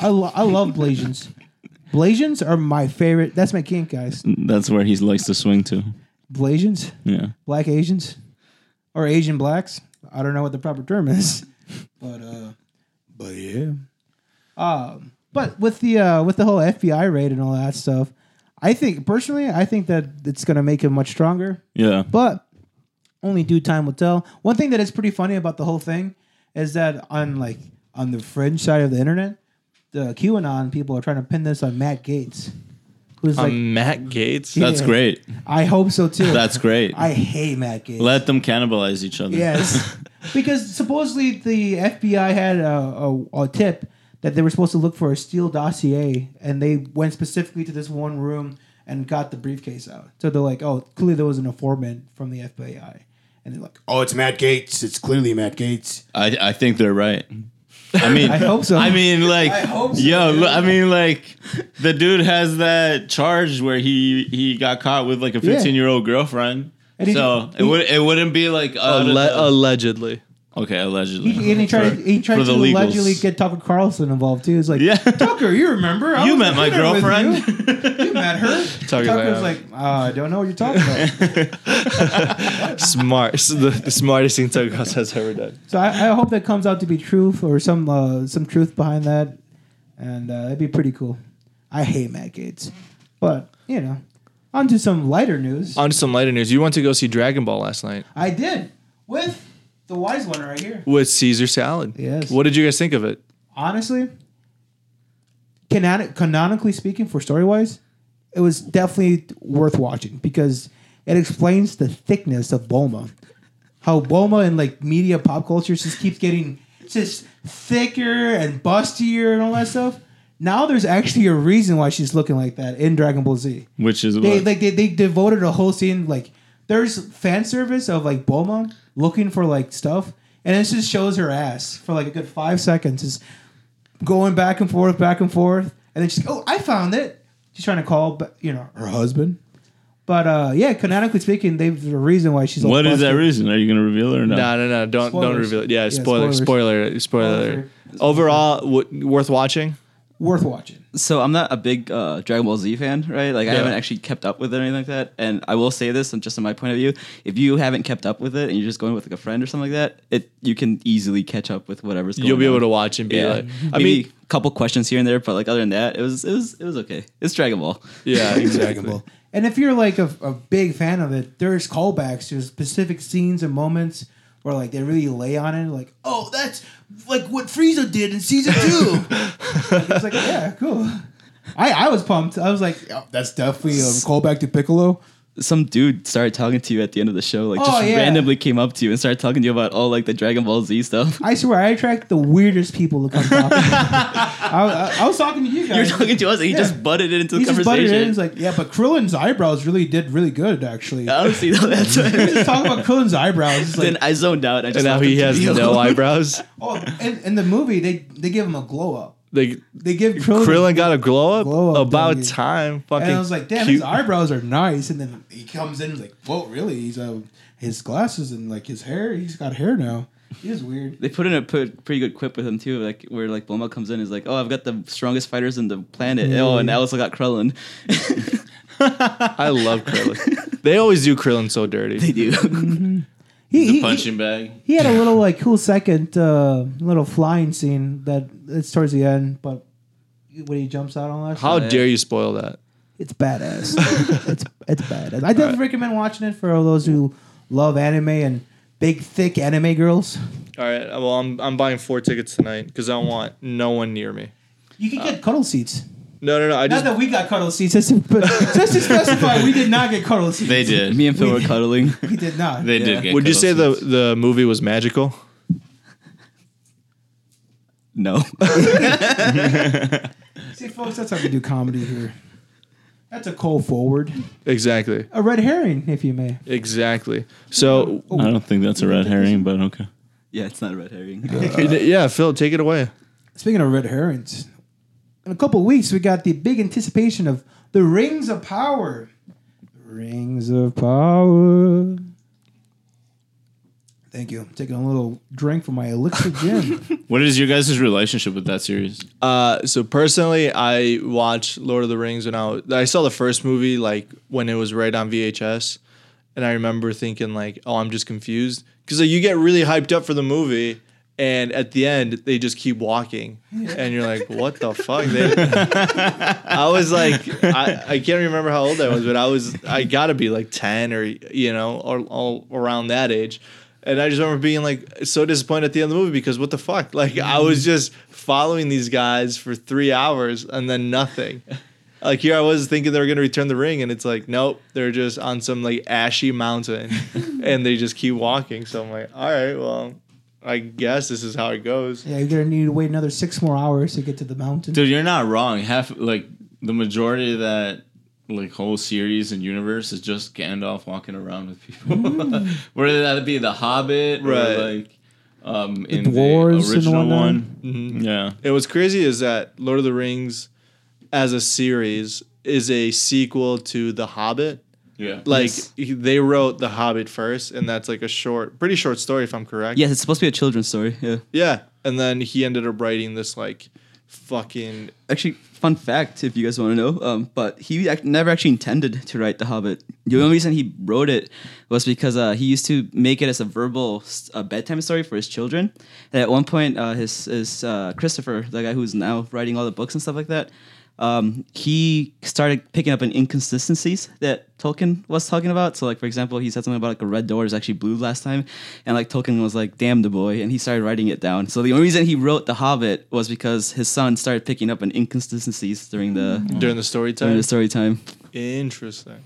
Speaker 5: hard.
Speaker 6: I, lo- I love blasians. blasians are my favorite. That's my kink, guys.
Speaker 5: That's where he likes to swing to.
Speaker 6: Blasians.
Speaker 5: Yeah.
Speaker 6: black Asians or Asian blacks. I don't know what the proper term is, but uh, but yeah. Um, but with the uh, with the whole FBI raid and all that stuff, I think personally, I think that it's gonna make him much stronger.
Speaker 5: Yeah.
Speaker 6: But only due time will tell. One thing that is pretty funny about the whole thing is that on like on the fringe side of the internet, the QAnon people are trying to pin this on Matt Gates, who's like,
Speaker 2: Um, Matt Gates.
Speaker 5: That's
Speaker 6: Yeah.
Speaker 5: great.
Speaker 6: I hope so too.
Speaker 5: That's great.
Speaker 6: I hate Matt Gates.
Speaker 5: Let them cannibalize each other.
Speaker 6: Yes, because supposedly the FBI had a, a, a tip that they were supposed to look for a steel dossier, and they went specifically to this one room and got the briefcase out. So they're like, "Oh, clearly there was an informant from the FBI," and they're like,
Speaker 8: Oh, it's Matt Gates. It's clearly Matt Gates.
Speaker 5: I, I think they're right. I mean,
Speaker 6: "I hope so."
Speaker 5: I mean, like,
Speaker 6: I hope so,
Speaker 5: yo,
Speaker 6: dude.
Speaker 5: look, I mean, like, the dude has that charge where he he got caught with like a
Speaker 6: Yeah.
Speaker 5: fifteen year old girlfriend.
Speaker 6: And he-
Speaker 5: so
Speaker 6: he-
Speaker 5: it would it wouldn't be like out of
Speaker 2: Alle-
Speaker 5: the-
Speaker 2: allegedly.
Speaker 5: okay allegedly.
Speaker 6: He, and he tried.
Speaker 5: For-
Speaker 6: he tried
Speaker 5: for
Speaker 6: to
Speaker 5: the legals.
Speaker 6: allegedly get Tucker Carlson involved too. He's like,
Speaker 5: Yeah.
Speaker 6: Tucker, you remember? I
Speaker 5: You
Speaker 6: was
Speaker 5: met my
Speaker 6: there with
Speaker 5: girlfriend.
Speaker 6: You. You met her."
Speaker 2: Tucker's like,
Speaker 6: Tucker's
Speaker 2: "Oh."
Speaker 6: like, uh, "I don't know what you're talking about."
Speaker 2: Smart. the, the smartest thing Tucker Carlson has ever done.
Speaker 6: So I, I hope that comes out to be truth or some uh, some truth behind that, and uh, it'd be pretty cool. I hate Matt Gates, but you know, on to some lighter news.
Speaker 2: On to some lighter news. You went to go see Dragon Ball last night
Speaker 6: I did with the wise one right here.
Speaker 2: with Caesar salad.
Speaker 6: Yes.
Speaker 2: What did you guys think of it?
Speaker 6: Honestly, canoni- canonically speaking, for story wise, it was definitely worth watching because it explains the thickness of Bulma, how Bulma and like media pop culture just keeps getting just thicker and bustier and all that stuff. Now there's actually a reason why she's looking like that in Dragon Ball Z.
Speaker 5: which is
Speaker 6: They
Speaker 5: what-
Speaker 6: like they, they devoted a whole scene like there's fan service of like Bulma looking for like stuff, and it just shows her ass for like a good five seconds, just going back and forth, back and forth, and then she's oh I found it. She's trying to call, but you know her husband. But uh, yeah, canonically speaking, they've the reason why she's all
Speaker 5: what is
Speaker 6: busted.
Speaker 5: that reason? Are you gonna reveal it or not?
Speaker 2: No, no, no. Don't don't
Speaker 6: Spoilers.
Speaker 2: reveal it. Yeah,
Speaker 6: Yeah,
Speaker 2: spoiler, spoiler,
Speaker 6: spoilers.
Speaker 2: spoiler. Overall, w- worth watching.
Speaker 6: worth watching.
Speaker 7: so I'm not a big uh, Dragon Ball Z fan, right? Like I
Speaker 2: Yeah.
Speaker 7: haven't actually kept up with it or anything like that. And I will say this, and just in my point of view, if you haven't kept up with it and you're just going with like a friend or something like that, it you can easily catch up with whatever's. going
Speaker 2: You'll be
Speaker 7: on.
Speaker 2: able to watch and be
Speaker 7: Yeah,
Speaker 2: like, I
Speaker 7: I mean,
Speaker 2: mean,
Speaker 7: a couple questions here and there, but like other than that, it was it was it was okay. It's Dragon Ball.
Speaker 2: yeah,
Speaker 8: Dragon
Speaker 2: exactly.
Speaker 8: Ball.
Speaker 6: And if you're like a, a big fan of it, there's callbacks to specific scenes and moments where like they really lay on it, like, oh, that's like what Frieza did in season two. Like, it's like, yeah, cool. I, I was pumped. I was like, oh, that's definitely a callback to Piccolo.
Speaker 7: some dude started talking to you at the end of the show, like
Speaker 6: Oh,
Speaker 7: just
Speaker 6: yeah.
Speaker 7: randomly came up to you and started talking to you about all like the Dragon Ball Z stuff.
Speaker 6: I swear, I attract the weirdest people to come talk. to me. I, I, I was talking to you guys.
Speaker 7: You're talking to us, and he
Speaker 6: Yeah.
Speaker 7: just butted it into the
Speaker 6: He just butted
Speaker 7: conversation.
Speaker 6: in. He's like, yeah, but Krillin's eyebrows really did really good, actually.
Speaker 7: Honestly, though, that's what
Speaker 6: Just talking about Krillin's eyebrows. It's like,
Speaker 7: Oh. then I zoned out. I just
Speaker 2: And now
Speaker 7: left
Speaker 2: he
Speaker 7: the
Speaker 2: has
Speaker 7: video.
Speaker 2: no eyebrows.
Speaker 6: oh, in, in the movie, they they give him a glow up.
Speaker 2: Like
Speaker 6: They give Krillin,
Speaker 2: Krillin got a glow up.
Speaker 6: Glow up,
Speaker 2: About
Speaker 6: doggy.
Speaker 2: time. Fucking
Speaker 6: and I was like, damn,
Speaker 2: cute.
Speaker 6: his eyebrows are nice. And then he comes in like, whoa, really? He's uh, his glasses and like his hair. He's got hair now. He is weird.
Speaker 7: They put in a put, pretty good quip with him too, like where like Bulma comes in and is like, "Oh, I've got the strongest fighters in the planet."
Speaker 5: Mm.
Speaker 7: Oh, and I also got Krillin.
Speaker 2: I love Krillin. they always do Krillin so dirty.
Speaker 7: they do.
Speaker 6: He,
Speaker 5: The
Speaker 6: he,
Speaker 5: punching bag.
Speaker 6: he had a little like cool second uh, little flying scene that it's towards the end, but when he jumps out on that,
Speaker 2: How
Speaker 6: shit,
Speaker 2: dare you spoil that?
Speaker 6: it's badass. it's it's badass. I definitely recommend watching it for all those who love anime and big thick anime girls.
Speaker 2: All right. Well, I'm I'm buying four tickets tonight because I want no one near me.
Speaker 6: You can get cuddle seats.
Speaker 2: No, no, no. Uh, I
Speaker 6: Not
Speaker 2: just
Speaker 6: that we got cuddle seats. Just to, but just to specify, we did not get cuddle seats.
Speaker 5: They did.
Speaker 7: Me and Phil were cuddling.
Speaker 6: We did not.
Speaker 5: They did. Get
Speaker 2: would you say the
Speaker 5: cuddle seats.
Speaker 2: the movie was magical?
Speaker 7: No,
Speaker 6: See, folks, that's how we do comedy here. That's a cold forward,
Speaker 2: Exactly.
Speaker 6: a red herring, if you may.
Speaker 2: Exactly. So
Speaker 5: I don't think that's a red herring, but okay.
Speaker 7: yeah, it's not a red herring.
Speaker 2: uh, yeah, Phil, take it away.
Speaker 6: Speaking of red herrings, in a couple weeks we got the big anticipation of the Rings of Power. Rings of Power. Thank you. I'm taking a little drink from my elixir gin.
Speaker 5: What is your guys' relationship with that series?
Speaker 2: Uh, so personally, I watched Lord of the Rings when I was, I saw the first movie like when it was right on VHS, and I remember thinking like, oh, I'm just confused because like, you get really hyped up for the movie. And at the end, they just keep walking, and you're like, "What the fuck?" They, I was like, I, I can't remember how old I was, but I was, I gotta be like ten or you know, or, or around that age. And I just remember being like so disappointed at the end of the movie because what the fuck? Like I was just following these guys for three hours and then nothing. Like here I was thinking they were gonna return the ring, and it's like nope, they're just on some like ashy mountain, and they just keep walking. So I'm like, all right, well, I guess this is how it goes.
Speaker 6: yeah, you're gonna need to wait another six more hours to get to the mountain.
Speaker 5: Dude, you're not wrong. Half like the majority of that like whole series and universe is just Gandalf walking around with people. Whether that be the Hobbit
Speaker 2: Mm. Right.
Speaker 5: or like um in the,
Speaker 6: dwarves and
Speaker 5: original
Speaker 6: whatnot.
Speaker 5: one.
Speaker 2: Mm-hmm.
Speaker 5: Yeah.
Speaker 2: And what's crazy is that Lord of the Rings, as a series, is a sequel to The Hobbit.
Speaker 5: Yeah.
Speaker 2: Like he- they wrote The Hobbit first, and that's like a short, pretty short story, if I'm correct.
Speaker 7: yes, it's supposed to be a children's story. Yeah.
Speaker 2: Yeah. And then he ended up writing this like fucking.
Speaker 7: actually fun fact if you guys want to know um, but he ac- never actually intended to write the hobbit the only reason he wrote it was because uh, he used to make it as a verbal s- a bedtime story for his children and at one point uh, his, his uh, christopher the guy who's now writing all the books and stuff like that um, he started picking up on inconsistencies that Tolkien was talking about. So, like for example, he said something about like a red door is actually blue last time, and like Tolkien was like, "Damn the boy," and he started writing it down. So the only reason he wrote The Hobbit was because his son started picking up on inconsistencies during the
Speaker 2: During the story
Speaker 7: during
Speaker 2: time,
Speaker 7: the story time.
Speaker 2: interesting.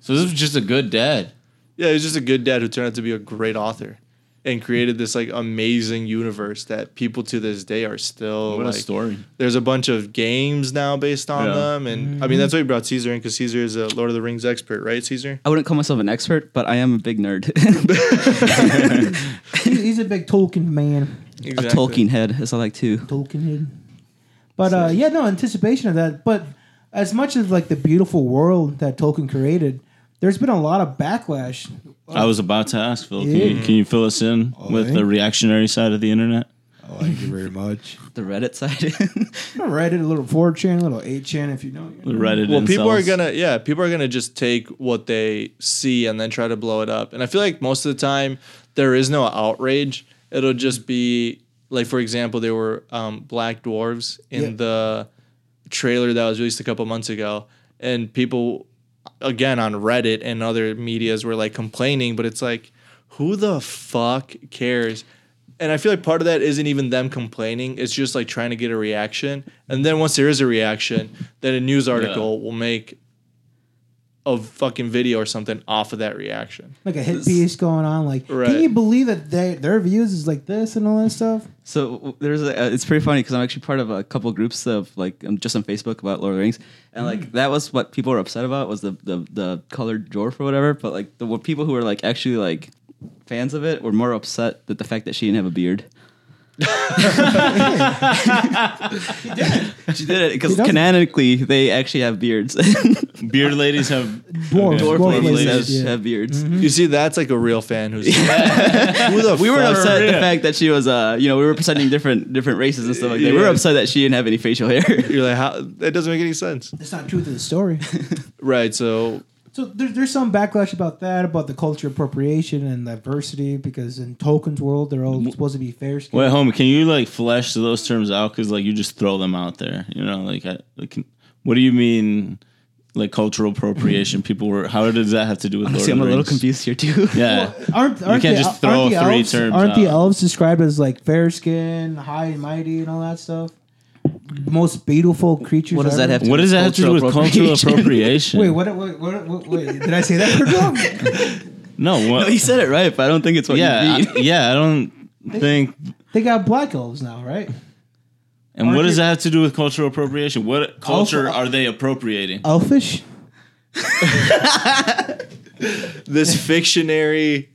Speaker 5: so this was just a good dad.
Speaker 2: Yeah, he was just a good dad who turned out to be a great author, and created this like amazing universe that people to this day are still
Speaker 5: What a
Speaker 2: like,
Speaker 5: story.
Speaker 2: There's a bunch of games now based on
Speaker 5: Yeah.
Speaker 2: them, and I mean that's why he brought Caesar in because Caesar is a Lord of the Rings expert, right? Caesar.
Speaker 7: I wouldn't call myself an expert, but I am a big nerd,
Speaker 6: He- He's a big Tolkien man.
Speaker 7: a Tolkien head, as I like to.
Speaker 6: Tolkien hid. But uh, yeah, no anticipation of that. But as much as like the beautiful world that Tolkien created, there's been a lot of backlash.
Speaker 5: I was about to ask Phil, can, you,
Speaker 6: Yeah.
Speaker 5: can you fill us in
Speaker 2: Oh,
Speaker 5: with
Speaker 6: right.
Speaker 5: the reactionary side of the internet?
Speaker 6: Oh, thank you very much.
Speaker 7: The Reddit side.
Speaker 6: Reddit, a little four chan, a little eight chan, if you know.
Speaker 5: The Reddit.
Speaker 2: Well, people are
Speaker 5: incels?
Speaker 2: gonna yeah, people are gonna just take what they see and then try to blow it up. And I feel like most of the time there is no outrage. It'll just be like, for example, there were um, black dwarves in
Speaker 6: Yeah.
Speaker 2: the trailer that was released a couple months ago, and people again on Reddit and other medias were like complaining, but it's like, who the fuck cares? And I feel like part of that isn't even them complaining. It's just like trying to get a reaction. And then once there is a reaction, then a news article will make a fucking video or something off of that reaction.
Speaker 6: like a hit piece going on. Like,
Speaker 2: Right.
Speaker 6: can you believe that they, their views is like this and all that stuff?
Speaker 7: So w- there's a, uh, it's pretty funny because I'm actually part of a couple groups of like I'm just on Facebook about Lord of the Rings, and like that was what people were upset about was the the, the colored dwarf or whatever. But like the w- people who were like actually like fans of it were more upset that the fact that she didn't have a beard. she did. She did it because
Speaker 6: She does.
Speaker 7: canonically they actually have beards.
Speaker 5: Beard ladies have
Speaker 6: Dwarf,
Speaker 5: Okay.
Speaker 7: Dwarf
Speaker 6: dwarf
Speaker 7: ladies have,
Speaker 6: ladies, yeah.
Speaker 7: have beards.
Speaker 2: You see, that's like a real fan who's who the
Speaker 7: We were
Speaker 2: fuck-
Speaker 7: upset at the fact that she was, uh, you know, we were presenting different different races and stuff like that. We were
Speaker 2: Yeah.
Speaker 7: upset that she didn't have any facial hair.
Speaker 2: You're like, how that doesn't make any sense,
Speaker 6: That's not true to the story.
Speaker 2: right? So
Speaker 6: so there, there's some backlash about that, about the culture appropriation and diversity, because in Tolkien's world, they're all supposed to be fair skinned.
Speaker 5: Wait, homie, can you like flesh those terms out? Because like you just throw them out there, you know. Like, I, like, what do you mean, like cultural appropriation? People were. How does that have to do with? Lord
Speaker 7: See,
Speaker 5: of
Speaker 7: I'm a
Speaker 5: the
Speaker 7: little
Speaker 5: Rings?
Speaker 7: confused here too.
Speaker 5: Yeah,
Speaker 6: Aren't, aren't
Speaker 5: can't
Speaker 6: the-
Speaker 5: just throw
Speaker 6: aren't the
Speaker 5: three
Speaker 6: elves,
Speaker 5: terms
Speaker 6: Aren't the
Speaker 5: out.
Speaker 6: elves described as like fair skinned, high and mighty, and all that stuff? Most beautiful creatures.
Speaker 7: What does that
Speaker 6: ever.
Speaker 7: have to
Speaker 5: what
Speaker 7: do
Speaker 5: does
Speaker 7: with
Speaker 5: that have to do with cultural appropriation?
Speaker 6: Wait, what, what, what, what- wait, did I say that word wrong?
Speaker 5: No, what?
Speaker 7: he said it right, but I don't think it's what
Speaker 5: yeah,
Speaker 7: you
Speaker 5: I, yeah. I don't think.
Speaker 6: they got black elves now, right?
Speaker 5: And what
Speaker 6: Aren't
Speaker 5: does
Speaker 6: you-
Speaker 5: that have to do with cultural appropriation? What culture
Speaker 6: Also-
Speaker 5: are they appropriating?
Speaker 6: Elfish?
Speaker 2: this fictionary,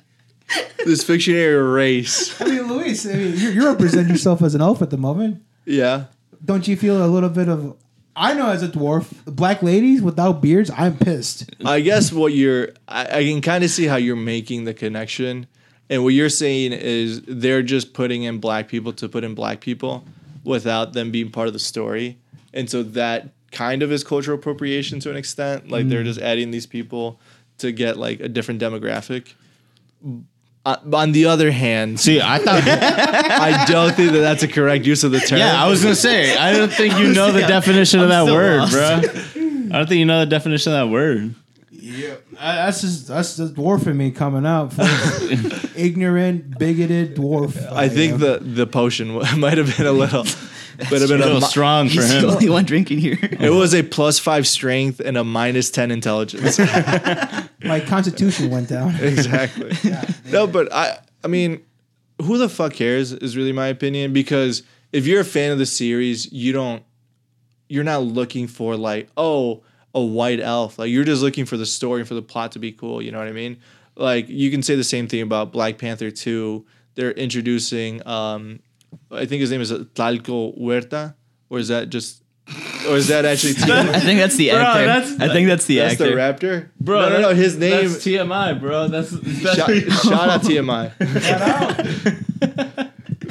Speaker 2: this fictionary race,
Speaker 6: I mean, Luis, I mean, you, you represent yourself as an elf at the moment.
Speaker 2: yeah.
Speaker 6: Don't you feel a little bit of. I know as a dwarf, black ladies without beards, I'm pissed.
Speaker 2: I guess what you're, I, I can kind of see how you're making the connection. And what you're saying is they're just putting in black people to put in black people without them being part of the story. And so that kind of is cultural appropriation to an extent. Like
Speaker 5: Mm.
Speaker 2: they're just adding these people to get like a different demographic. Uh, on the other hand,
Speaker 5: See, I thought.
Speaker 2: I don't think that that's a correct use of the term.
Speaker 5: Yeah, I was gonna say. I don't think you know the definition of that
Speaker 7: still
Speaker 5: word,
Speaker 7: lost.
Speaker 5: bruh. I don't think you know the definition of that word.
Speaker 6: I, that's just that's the dwarf in me coming out. folks. Ignorant, bigoted dwarf.
Speaker 2: I think the the potion w- might have been a little, might have been a,
Speaker 5: A little
Speaker 2: mi-
Speaker 5: strong for
Speaker 7: He's the
Speaker 5: him.
Speaker 7: only one drinking here.
Speaker 2: It was a plus five strength and a minus ten intelligence.
Speaker 6: My constitution went down.
Speaker 2: exactly. no, but I I mean, who the fuck cares is really my opinion because if you're a fan of the series, you don't you're not looking for like, oh, a white elf. Like you're just looking for the story and for the plot to be cool, you know what I mean? Like you can say the same thing about Black Panther 2. They're introducing um I think his name is Tlalco Huerta or is that just or is that actually
Speaker 7: I think that's the actor.
Speaker 5: that's-
Speaker 7: I think that's the
Speaker 2: That's the raptor?
Speaker 7: actor.
Speaker 2: Bro, no, no, no, his name
Speaker 5: TMI, bro. That's, that's
Speaker 2: Shout, shout out TMI. no,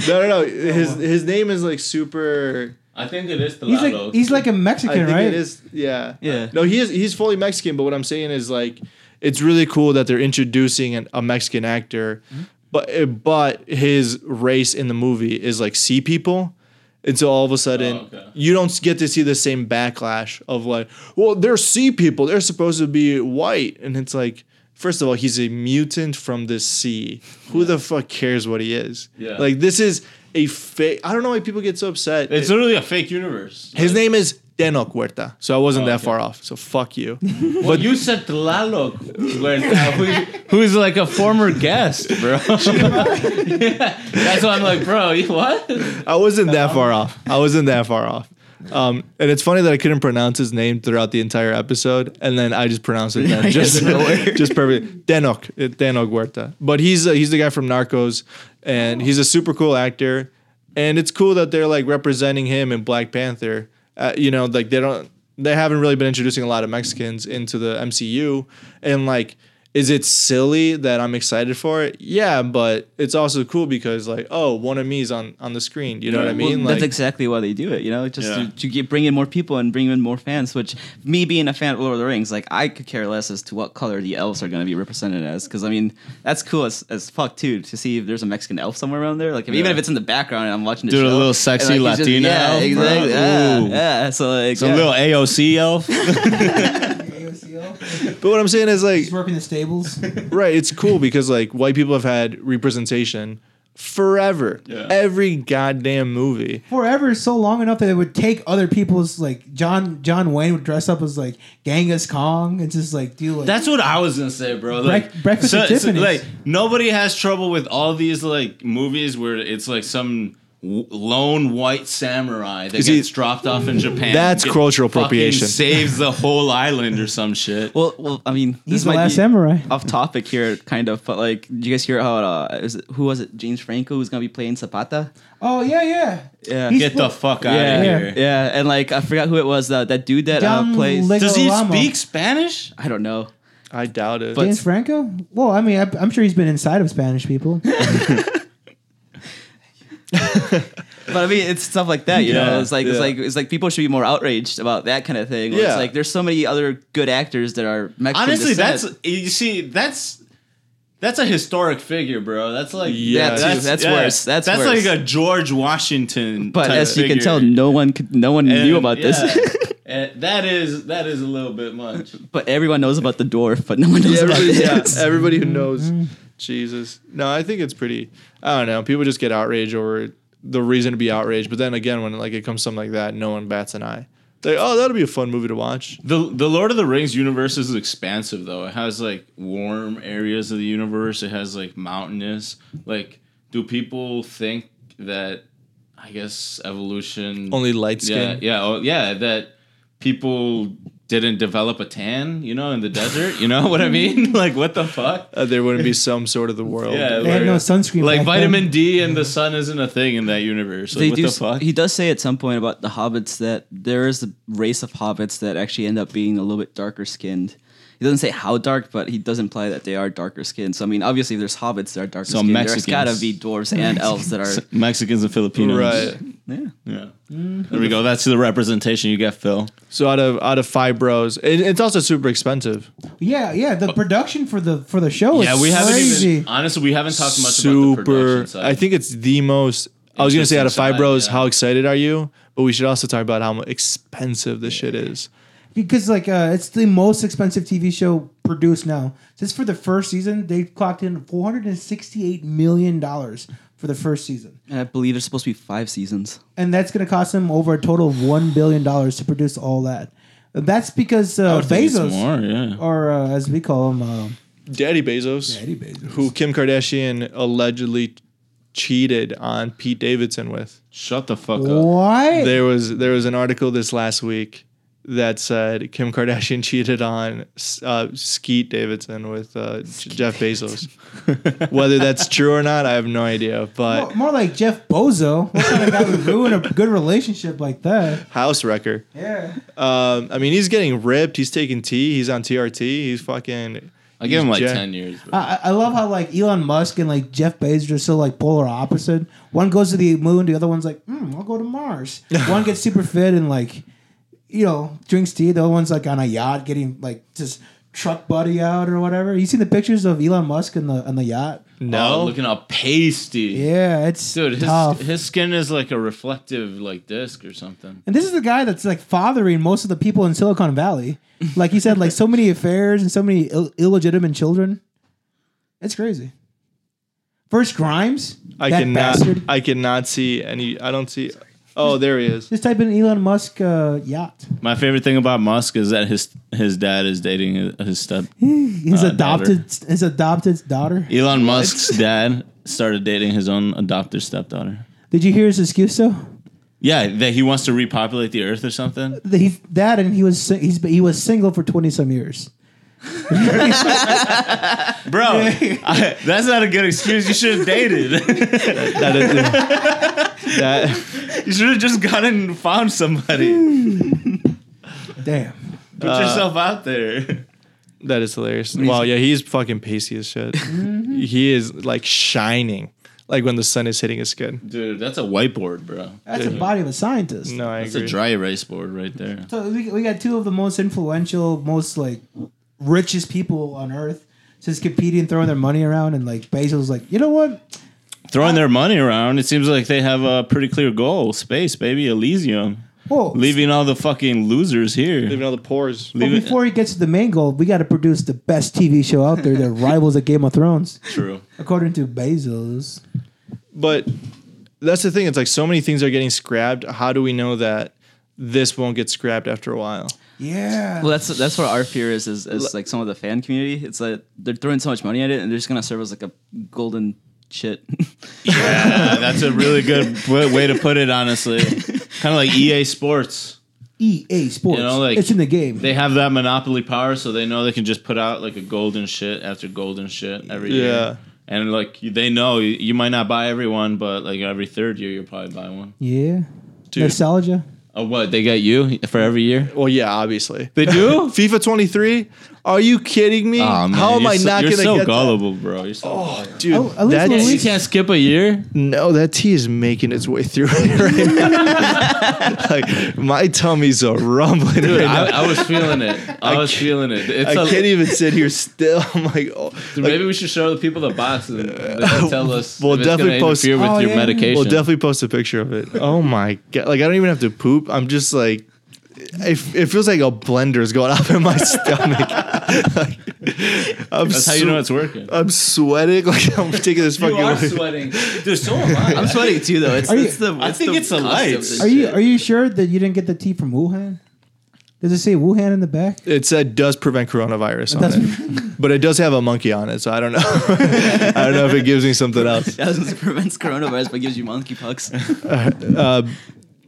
Speaker 2: no, no. His his name is like super.
Speaker 5: I think it is the
Speaker 6: He's like he's like a
Speaker 2: I
Speaker 6: Mexican,
Speaker 2: think
Speaker 6: right?
Speaker 2: it is. Yeah.
Speaker 7: Yeah.
Speaker 2: No, he is. He's fully Mexican. But what I'm saying is like, it's really cool that they're introducing an, a Mexican actor,
Speaker 5: Mm-hmm.
Speaker 2: but eh, but his race in the movie is like sea people. And so all of a sudden,
Speaker 5: Oh, okay.
Speaker 2: you don't get to see the same backlash of like, well, they're sea people. They're supposed to be white. And it's like, first of all, he's a mutant from the sea. Who the fuck cares what he is?
Speaker 5: Yeah.
Speaker 2: Like, this is a fake. I don't know why people get so upset.
Speaker 5: It's literally a fake universe.
Speaker 2: His name is Denok Huerta, so I wasn't that
Speaker 5: okay.
Speaker 2: far off. So fuck you.
Speaker 5: But you said Tlaloc, who's like a former guest, bro. That's why I'm like, bro, you what?
Speaker 2: I wasn't that far off. I wasn't that far off. Um, and it's funny that I couldn't pronounce his name throughout the entire episode, and then I just pronounced it then, just just perfect. Denok uh, Denok Huerta, but he's uh, he's the guy from Narcos, and he's a super cool actor, and it's cool that they're like representing him in Black Panther. Uh, you know, like they don't they haven't really been introducing a lot of Mexicans into the MCU, and like. Is it silly that I'm excited for it? Yeah, but it's also cool because like, oh, one of me is on on the screen. You know what I
Speaker 7: Well,
Speaker 2: mean?
Speaker 7: that's
Speaker 2: like,
Speaker 7: exactly why they do it, you know, just
Speaker 5: Yeah.
Speaker 7: to, to get, bring in more people and bring in more fans. Which, me being a fan of Lord of the Rings, like I could care less as to what color the elves are going to be represented as, because I mean that's cool as, as fuck too to see if there's a Mexican elf somewhere around there. Like if, even if it's in the background and I'm watching the
Speaker 5: Dude, a
Speaker 7: show,
Speaker 5: little
Speaker 7: and,
Speaker 5: sexy
Speaker 7: he's just-
Speaker 5: Latina elf,
Speaker 7: yeah,
Speaker 5: bro.
Speaker 7: exactly, yeah,
Speaker 5: Ooh.
Speaker 7: yeah. So like,
Speaker 5: Some
Speaker 7: yeah.
Speaker 5: little AOC elf.
Speaker 2: But what I'm saying is like,
Speaker 6: He's working the stables.
Speaker 2: right? It's cool because like white people have had representation forever.
Speaker 5: Yeah.
Speaker 2: Every goddamn movie.
Speaker 6: forever is so long enough that it would take other people's like John John Wayne would dress up as like Genghis Kong and just like do like
Speaker 5: That's what I was gonna say, bro. Like
Speaker 6: breakfast at Tiffany's.
Speaker 5: like nobody has trouble with all these like movies where it's like some w- lone white samurai that
Speaker 2: Is he-
Speaker 5: gets dropped off in Japan.
Speaker 2: That's
Speaker 5: get-
Speaker 2: cultural
Speaker 5: fucking
Speaker 2: appropriation.
Speaker 5: Saves the whole island or some shit.
Speaker 7: Well, well, I mean, this
Speaker 6: he's the
Speaker 7: might
Speaker 6: last
Speaker 7: be
Speaker 6: samurai.
Speaker 2: Uh,
Speaker 7: off topic here, kind of. But like, did you guys hear how? Uh, is it, who was it? James Franco who's gonna be playing Zapata?
Speaker 6: Oh yeah, yeah.
Speaker 7: Yeah.
Speaker 6: He's-
Speaker 5: Get the fuck out
Speaker 7: yeah,
Speaker 5: of
Speaker 6: Yeah.
Speaker 5: here.
Speaker 7: yeah, and like I forgot who it was. Uh, that dude that uh,
Speaker 6: Dumb
Speaker 7: plays.
Speaker 6: lick-
Speaker 5: Does he
Speaker 6: Lamo.
Speaker 5: speak Spanish?
Speaker 7: I don't know.
Speaker 2: I doubt it.
Speaker 6: James Franco? Well, I mean, I, I'm sure he's been inside of Spanish people.
Speaker 7: But I mean, it's stuff like that, you know.
Speaker 5: Yeah,
Speaker 7: It's like
Speaker 5: yeah.
Speaker 7: it's like it's like people should be more outraged about that kind of thing. where
Speaker 2: Yeah.
Speaker 7: It's like there's so many other good actors that are Mexican.
Speaker 5: Honestly,
Speaker 7: descent.
Speaker 5: that's you see, that's that's a historic figure, bro. That's like
Speaker 2: Yeah,
Speaker 7: that too.
Speaker 2: that's-
Speaker 7: that's, worse. That's
Speaker 5: that's
Speaker 7: worse.
Speaker 5: like a George Washington.
Speaker 7: but
Speaker 5: type
Speaker 7: as you can
Speaker 5: figure.
Speaker 7: tell, no one could, no one
Speaker 5: And,
Speaker 7: knew about
Speaker 5: yeah,
Speaker 7: this.
Speaker 5: and that is that is a little bit much.
Speaker 7: but everyone knows about the dwarf, but no one knows
Speaker 2: Yeah,
Speaker 7: about
Speaker 2: everybody, yeah,
Speaker 7: this.
Speaker 2: everybody who knows
Speaker 7: Mm-hmm.
Speaker 2: Jesus. No, I think it's pretty. I don't know. People just get outraged over the reason to be outraged, but then again, when like it comes to something like that, no one bats an eye. They oh, that'll be a fun movie to watch.
Speaker 5: The the Lord of the Rings universe is expansive though. It has like warm areas of the universe. It has like mountainous. Like, do people think that? I guess evolution
Speaker 2: Only light
Speaker 5: Yeah,
Speaker 2: skin.
Speaker 5: yeah, oh, yeah. That people didn't develop a tan, you know, in the desert. You know what I mean? Like, what the fuck?
Speaker 2: Uh, there wouldn't be some sort of the world.
Speaker 5: Yeah,
Speaker 6: They had no sunscreen.
Speaker 5: like
Speaker 6: back
Speaker 5: vitamin
Speaker 6: Then.
Speaker 5: D and the sun isn't a thing in that universe. Like,
Speaker 7: They
Speaker 5: what
Speaker 7: do.
Speaker 5: the
Speaker 7: s-
Speaker 5: fuck?
Speaker 7: He does say at some point about the hobbits that there is a race of hobbits that actually end up being a little bit darker skinned. He doesn't say how dark, but he does imply that they are darker skinned. So I mean, obviously, if there's hobbits that are darker
Speaker 5: So
Speaker 7: skinned.
Speaker 5: Mexicans.
Speaker 7: There's gotta be dwarves and elves that are.
Speaker 5: Mexicans and Filipinos.
Speaker 2: Right.
Speaker 7: Yeah.
Speaker 5: Yeah. There we go. That's the representation you got, Phil.
Speaker 2: So out of out of five bros, it, it's also super expensive.
Speaker 6: Yeah, yeah. The production for the for the show is
Speaker 5: Yeah, we haven't
Speaker 6: crazy.
Speaker 5: even honestly we haven't talked much
Speaker 2: super.
Speaker 5: about the production side.
Speaker 2: I think it's the most. I was gonna say out of
Speaker 5: Interesting
Speaker 2: five
Speaker 5: side,
Speaker 2: bros,
Speaker 5: yeah.
Speaker 2: how excited are you? But we should also talk about how expensive this shit is.
Speaker 6: because like uh, it's the most expensive TV show produced now. Just for the first season, they clocked in four hundred and sixty-eight million dollars for the first season,
Speaker 7: And I believe there's supposed to be five seasons.
Speaker 6: and that's going to cost them over a total of one billion dollars to produce all that. That's because
Speaker 5: I
Speaker 6: uh,
Speaker 5: would think it's
Speaker 6: Bezos,
Speaker 5: more, yeah.
Speaker 6: or uh, as we call him, uh,
Speaker 2: Daddy Bezos,
Speaker 6: Eddie Bezos.
Speaker 2: who Kim Kardashian allegedly cheated on Pete Davidson with.
Speaker 5: Shut the fuck up.
Speaker 6: Why?
Speaker 2: There was there was an article this last week that said Kim Kardashian cheated on uh, Skeet Davidson with uh, J- Jeff Bezos. Whether that's true or not, I have no idea. But
Speaker 6: More, more like Jeff Bozo. What kind of guy would ruin a good relationship like that?
Speaker 2: house wrecker.
Speaker 6: Yeah.
Speaker 2: Um, I mean, he's getting ripped. He's taking T. He's on TRT. He's fucking.
Speaker 5: I give him like
Speaker 2: Yeah.
Speaker 5: ten years. bro.
Speaker 6: I, I love how like Elon Musk and like Jeff Bezos are so like polar opposite. One goes to the moon, the other one's like, mm, I'll go to Mars. One gets super fit and like, you know, drinks tea. The other one's like on a yacht getting like just truck buddy out or whatever. You seen the pictures of Elon Musk and the on the yacht?
Speaker 2: No.
Speaker 5: Oh, looking all pasty.
Speaker 6: Yeah, it's
Speaker 5: Dude, his
Speaker 6: tough.
Speaker 5: his skin is like a reflective like disc or something.
Speaker 6: and this is the guy that's like fathering most of the people in Silicon Valley. Like he said, like so many affairs and so many Ill- illegitimate children. It's crazy. First Grimes,
Speaker 2: I
Speaker 6: that
Speaker 2: cannot.
Speaker 6: bastard.
Speaker 2: I cannot see any. I don't see. Oh, there he is.
Speaker 6: Just type in Elon Musk uh, yacht.
Speaker 5: My favorite thing about Musk is that his his dad is dating his, his step.
Speaker 6: His
Speaker 5: Uh,
Speaker 6: adopted his adopted daughter.
Speaker 5: Elon Musk's dad started dating his own adopted stepdaughter.
Speaker 6: Did you hear his excuse though?
Speaker 5: Yeah, that he wants to repopulate the earth or something.
Speaker 6: That He, that and he was si- he's he was single for twenty some years.
Speaker 5: Bro, I- that's not a good excuse. You should have dated.
Speaker 2: That is, that
Speaker 5: you should have just gone and found somebody.
Speaker 6: Damn.
Speaker 5: Put yourself out there.
Speaker 2: that is hilarious. Wow, yeah, he's fucking pasty as shit.
Speaker 6: Mm-hmm.
Speaker 2: He is like shining, like when the sun is hitting his skin.
Speaker 5: Dude, that's a whiteboard, bro.
Speaker 6: That's the body of a scientist.
Speaker 2: No, I
Speaker 5: That's
Speaker 2: agree.
Speaker 5: a dry erase board right there.
Speaker 6: So we, we got two of the most influential, most like richest people on earth just competing, throwing their money around, and like Bezos like, you know what?
Speaker 5: Throwing their money around, it seems like they have a pretty clear goal. Space, baby, Elysium.
Speaker 6: Whoa.
Speaker 5: Leaving all the fucking losers here.
Speaker 2: Leaving all the pores.
Speaker 6: But before he gets to the main goal, we got to produce the best TV show out there that rivals the Game of Thrones,
Speaker 5: True.
Speaker 6: according to Bezos.
Speaker 2: but that's the thing. It's like so many things are getting scrapped. How do we know that this won't get scrapped after a while?
Speaker 6: Yeah.
Speaker 7: Well, that's that's where our fear is, is, is like some of the fan community. It's like they're throwing so much money at it, and they're just gonna serve as like a golden shit.
Speaker 5: Yeah, that's a really good w- way to put it. Honestly, kind of like EA Sports.
Speaker 6: EA E Sports.
Speaker 5: You know, like-
Speaker 6: it's in the game.
Speaker 5: They have that monopoly power, so they know they can just put out like a golden shit after golden shit every
Speaker 2: Yeah.
Speaker 5: year. And like you- they know you- you might not buy every one, but like every third year you'll probably buy one.
Speaker 6: yeah.
Speaker 2: Dude.
Speaker 6: Nostalgia.
Speaker 5: Oh, what they got you for every year?
Speaker 2: Well, yeah, obviously.
Speaker 5: They do?
Speaker 2: FIFA 23? Are you kidding me?
Speaker 5: Aw, man,
Speaker 2: How am
Speaker 5: you're
Speaker 2: I
Speaker 5: so-
Speaker 2: not
Speaker 5: you're
Speaker 2: gonna
Speaker 5: so
Speaker 2: get that?
Speaker 5: gullible, bro? You're so gullible.
Speaker 2: Dude,
Speaker 6: Oh, at least
Speaker 2: that
Speaker 6: when
Speaker 5: You
Speaker 6: we-
Speaker 2: tea-
Speaker 5: can't skip a year.
Speaker 2: no, that tea is making its way through it right now. like my tummy's a rumbling
Speaker 5: Dude,
Speaker 2: right now.
Speaker 5: I, I was feeling it. I, was feeling it. It's
Speaker 2: I
Speaker 5: a-
Speaker 2: can't even sit here still. I'm like, oh,
Speaker 5: Dude, maybe we should show the people the box and they can tell us.
Speaker 2: We'll
Speaker 5: if it's
Speaker 2: definitely
Speaker 5: gonna
Speaker 2: post-
Speaker 5: interfere with
Speaker 6: Oh,
Speaker 5: your
Speaker 6: yeah.
Speaker 5: medication.
Speaker 2: we'll definitely post a picture of it. Oh my god! Like I don't even have to poop. I'm just like, it, it feels like a blender is going up in my stomach. Like, I'm
Speaker 5: That's how you
Speaker 2: so-
Speaker 5: know it's working.
Speaker 2: I'm sweating. Like I'm taking this fucking.
Speaker 5: sweating, dude. So am I.
Speaker 7: I'm sweating too, though. It's,
Speaker 6: Are you-
Speaker 7: it's the,
Speaker 5: I think
Speaker 7: the
Speaker 5: it's the
Speaker 7: cost of
Speaker 5: lights.
Speaker 7: this
Speaker 6: Are you
Speaker 7: shit.
Speaker 6: are you sure that you didn't get the tea from Wuhan? Does it say Wuhan in the back?
Speaker 2: It said does prevent coronavirus on
Speaker 6: That's-
Speaker 2: it, but it does have a monkey on it, so I don't know. I don't know if it gives me something else.
Speaker 7: Yeah, I was gonna say prevents coronavirus but gives you monkeypox.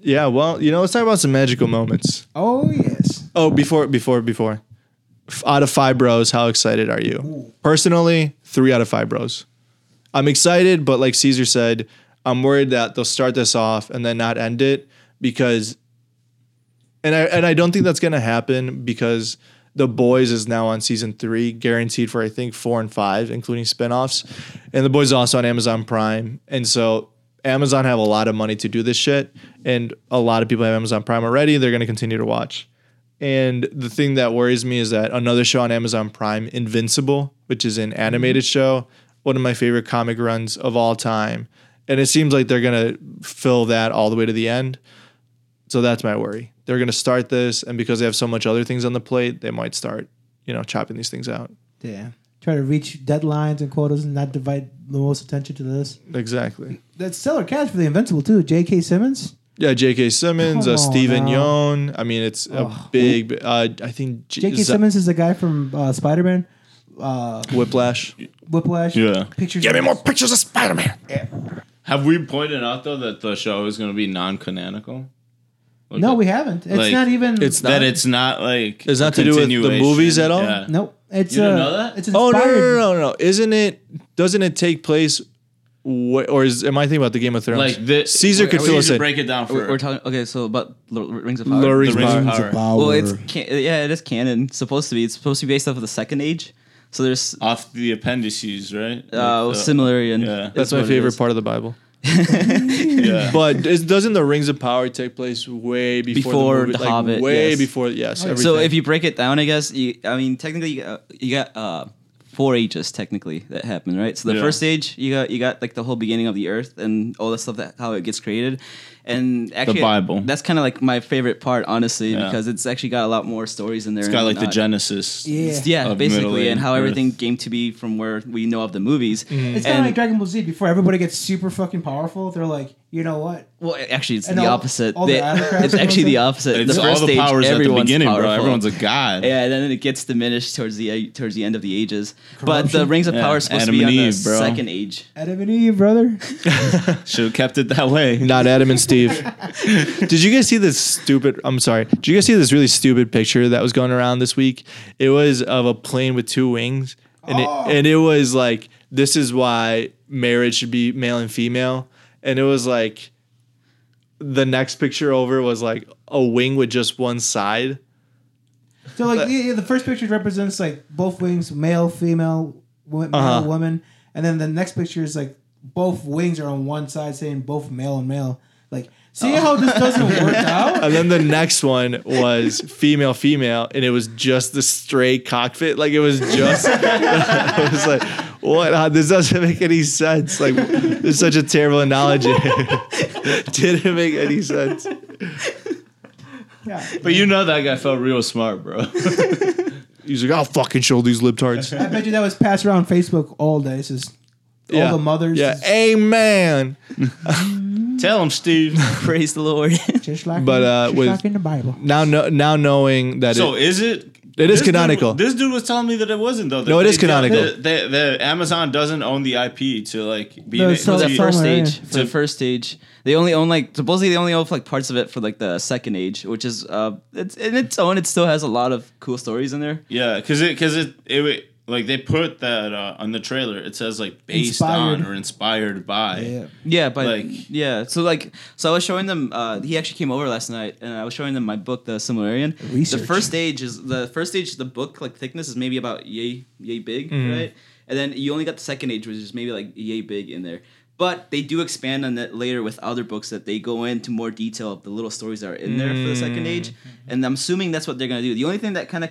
Speaker 2: Yeah, well, you know, let's talk about some magical moments.
Speaker 6: Oh yes.
Speaker 2: Oh, before, before, before. F- out of five bros, how excited are you? Personally, three out of five bros. I'm excited, but like Caesar said, I'm worried that they'll start this off and then not end it because, and I and I don't think that's gonna happen because the boys is now on season three, guaranteed for I think four and five, including spinoffs, and the boys is also on Amazon Prime, and so Amazon have a lot of money to do this shit, and a lot of people have Amazon Prime already. They're gonna continue to watch. And the thing that worries me is that another show on Amazon Prime, Invincible, which is an animated
Speaker 6: Mm-hmm.
Speaker 2: show, one of my favorite comic runs of all time. And it seems like they're going to fill that all the way to the end. So that's my worry. They're going to start this, and because they have so much other things on the plate, they might start, you know, chopping these things out.
Speaker 6: Damn. Try to reach deadlines and quotas and not divide the most attention to this.
Speaker 2: Exactly.
Speaker 6: That's stellar catch for the Invincible too. J.K. Simmons.
Speaker 2: Yeah, J.K. Simmons,
Speaker 6: Come
Speaker 2: uh,
Speaker 6: on
Speaker 2: Stephen
Speaker 6: now.
Speaker 2: Yeun. I mean, it's a big. bi- Uh, I think J-
Speaker 6: J.K.
Speaker 2: Z-
Speaker 6: Simmons is the guy from uh, Spider-Man,
Speaker 2: Whiplash.
Speaker 6: Whiplash.
Speaker 5: Yeah.
Speaker 6: Pictures.
Speaker 8: pictures of Spider Man.
Speaker 5: Have we pointed out though that the show is going to be non-canonical? Like,
Speaker 6: No, we haven't. It's
Speaker 5: like,
Speaker 6: not even.
Speaker 2: it's
Speaker 5: that
Speaker 2: not.
Speaker 5: it's not like
Speaker 2: It's
Speaker 5: a
Speaker 2: not to do with the
Speaker 5: continuation.
Speaker 2: movies at all?
Speaker 5: Yeah.
Speaker 6: Nope. It's
Speaker 5: You didn't
Speaker 6: uh,
Speaker 5: know that?
Speaker 6: It's
Speaker 2: Oh no,
Speaker 6: inspired.
Speaker 2: no, no, no, no! Isn't it? Doesn't it take place? Wh- or is am I thinking about the Game of Thrones?
Speaker 5: Like the,
Speaker 2: Caesar
Speaker 5: wait,
Speaker 2: could
Speaker 5: we
Speaker 2: fill
Speaker 5: need
Speaker 2: us
Speaker 5: to
Speaker 2: in.
Speaker 5: break it down for
Speaker 7: we're, we're talking okay, so about L- Rings of Power.
Speaker 2: The
Speaker 5: the
Speaker 2: Rings of
Speaker 5: rings of
Speaker 2: Power.
Speaker 5: power.
Speaker 7: Well, it's can- yeah, it is canon. It's supposed to be. It's supposed to be based off of the Second Age. So there's
Speaker 5: off the appendices, right?
Speaker 7: uh,
Speaker 5: Like the-
Speaker 7: similarity.
Speaker 5: Oh, yeah.
Speaker 2: That's my favorite part of the Bible.
Speaker 5: Yeah.
Speaker 2: But is, doesn't the Rings of Power take place way before,
Speaker 7: Before
Speaker 2: the, movie?
Speaker 7: The
Speaker 2: Like,
Speaker 7: Hobbit,
Speaker 2: Way
Speaker 7: yes.
Speaker 2: before, yes.
Speaker 5: Oh,
Speaker 2: Everything.
Speaker 7: So if you break it down, I guess you, I mean technically you got, you got uh, four ages technically that happened, right? So the
Speaker 5: Yeah.
Speaker 7: first age you got you got like the whole beginning of the earth and all the stuff that how it gets created, and actually
Speaker 5: Bible.
Speaker 7: That's kind of like my favorite part, honestly,
Speaker 5: Yeah.
Speaker 7: because it's actually got a lot more stories in there.
Speaker 5: it's got like the
Speaker 7: general.
Speaker 5: Genesis.
Speaker 6: Yeah.
Speaker 7: Yeah,
Speaker 5: of
Speaker 7: basically,
Speaker 5: Middle
Speaker 7: and how
Speaker 5: Earth.
Speaker 7: everything came to be from where we know of the movies.
Speaker 5: Mm-hmm.
Speaker 6: It's kind of
Speaker 7: And
Speaker 6: like Dragon Ball Z. Before everybody gets super fucking powerful, they're like, you know what?
Speaker 7: well, actually, it's
Speaker 6: and
Speaker 7: the
Speaker 6: all-
Speaker 7: opposite.
Speaker 6: all the
Speaker 7: They-
Speaker 6: autocrats
Speaker 7: it's
Speaker 6: and
Speaker 7: actually the
Speaker 6: everything.
Speaker 7: opposite.
Speaker 5: It's
Speaker 7: the
Speaker 5: all
Speaker 7: first
Speaker 5: the
Speaker 7: age,
Speaker 5: powers at the
Speaker 7: everyone's
Speaker 5: beginning, bro.
Speaker 7: powerful.
Speaker 5: Everyone's a god.
Speaker 7: Yeah, and then it gets diminished towards the e-, towards the end of the ages. But the
Speaker 6: Corruption?
Speaker 7: Rings of
Speaker 5: Yeah,
Speaker 7: Power is supposed
Speaker 5: Adam
Speaker 7: to be
Speaker 5: and
Speaker 7: on
Speaker 5: Eve,
Speaker 7: the
Speaker 5: bro.
Speaker 7: second age.
Speaker 6: Adam and Eve, brother.
Speaker 5: Should have kept it that way.
Speaker 2: Not Adam and Steve. Did you guys see this stupid? I'm sorry. Did you guys see this really stupid picture that was going around this week? It was of a plane with two wings, and it and it was like this is why marriage should be male and female, and it was like the next picture over was like a wing with just one side.
Speaker 6: So like yeah, yeah, the first picture represents like both wings, male, female, wo- male,
Speaker 2: Uh-huh.
Speaker 6: woman, and then the next picture is like both wings are on one side, saying both male and male. Like, see
Speaker 2: Oh.
Speaker 6: how this doesn't work out?
Speaker 2: And then the next one was female, female, and it was just the stray cockpit. Like it was just, I was like, what? Uh, this doesn't make any sense. Like, it's such a terrible analogy. Didn't make any sense.
Speaker 6: Yeah.
Speaker 5: But you know that guy felt real smart, bro.
Speaker 2: He's like, I'll fucking show these libtards.
Speaker 6: I bet you that was passed around Facebook all day. It's just
Speaker 2: yeah.
Speaker 6: all the mothers.
Speaker 2: Yeah,
Speaker 6: is
Speaker 2: amen.
Speaker 5: Tell him, Steve.
Speaker 7: Praise the Lord.
Speaker 6: just like
Speaker 2: But,
Speaker 6: in-
Speaker 2: uh,
Speaker 6: just
Speaker 2: with-
Speaker 6: like in the Bible.
Speaker 2: Now, no, now knowing that
Speaker 5: so
Speaker 2: it,
Speaker 5: is it?
Speaker 2: It is
Speaker 5: this dude-
Speaker 2: canonical.
Speaker 5: this dude was telling me that it wasn't though. that
Speaker 2: No, it
Speaker 5: they-
Speaker 2: is canonical.
Speaker 5: The, the, the Amazon doesn't own the IP to like be.
Speaker 6: No,
Speaker 5: able
Speaker 6: so
Speaker 5: to-
Speaker 7: for the first
Speaker 6: Somewhere,
Speaker 7: stage. For the first stage, they only own like supposedly they only own like parts of it for like the second age, which is uh, it's in its own. It still has a lot of cool stories in there.
Speaker 5: yeah, because it because it it wa- like they put that uh, on the trailer. It says like based
Speaker 6: Inspired.
Speaker 5: on or inspired by.
Speaker 6: Yeah.
Speaker 7: Yeah, but
Speaker 5: Like-
Speaker 7: yeah, so like so I was showing them. Uh, he actually came over last night, and I was showing them my book, The Similarian.
Speaker 6: Research.
Speaker 7: The first stage is the first stage. The book like thickness is maybe about yay yay big, right? And then you only got the second age, which is maybe like yay big in there. But they do expand on that later with other books that they go into more detail of the little stories that are in there for the second age, and I'm assuming that's what they're gonna do. The only thing that kind of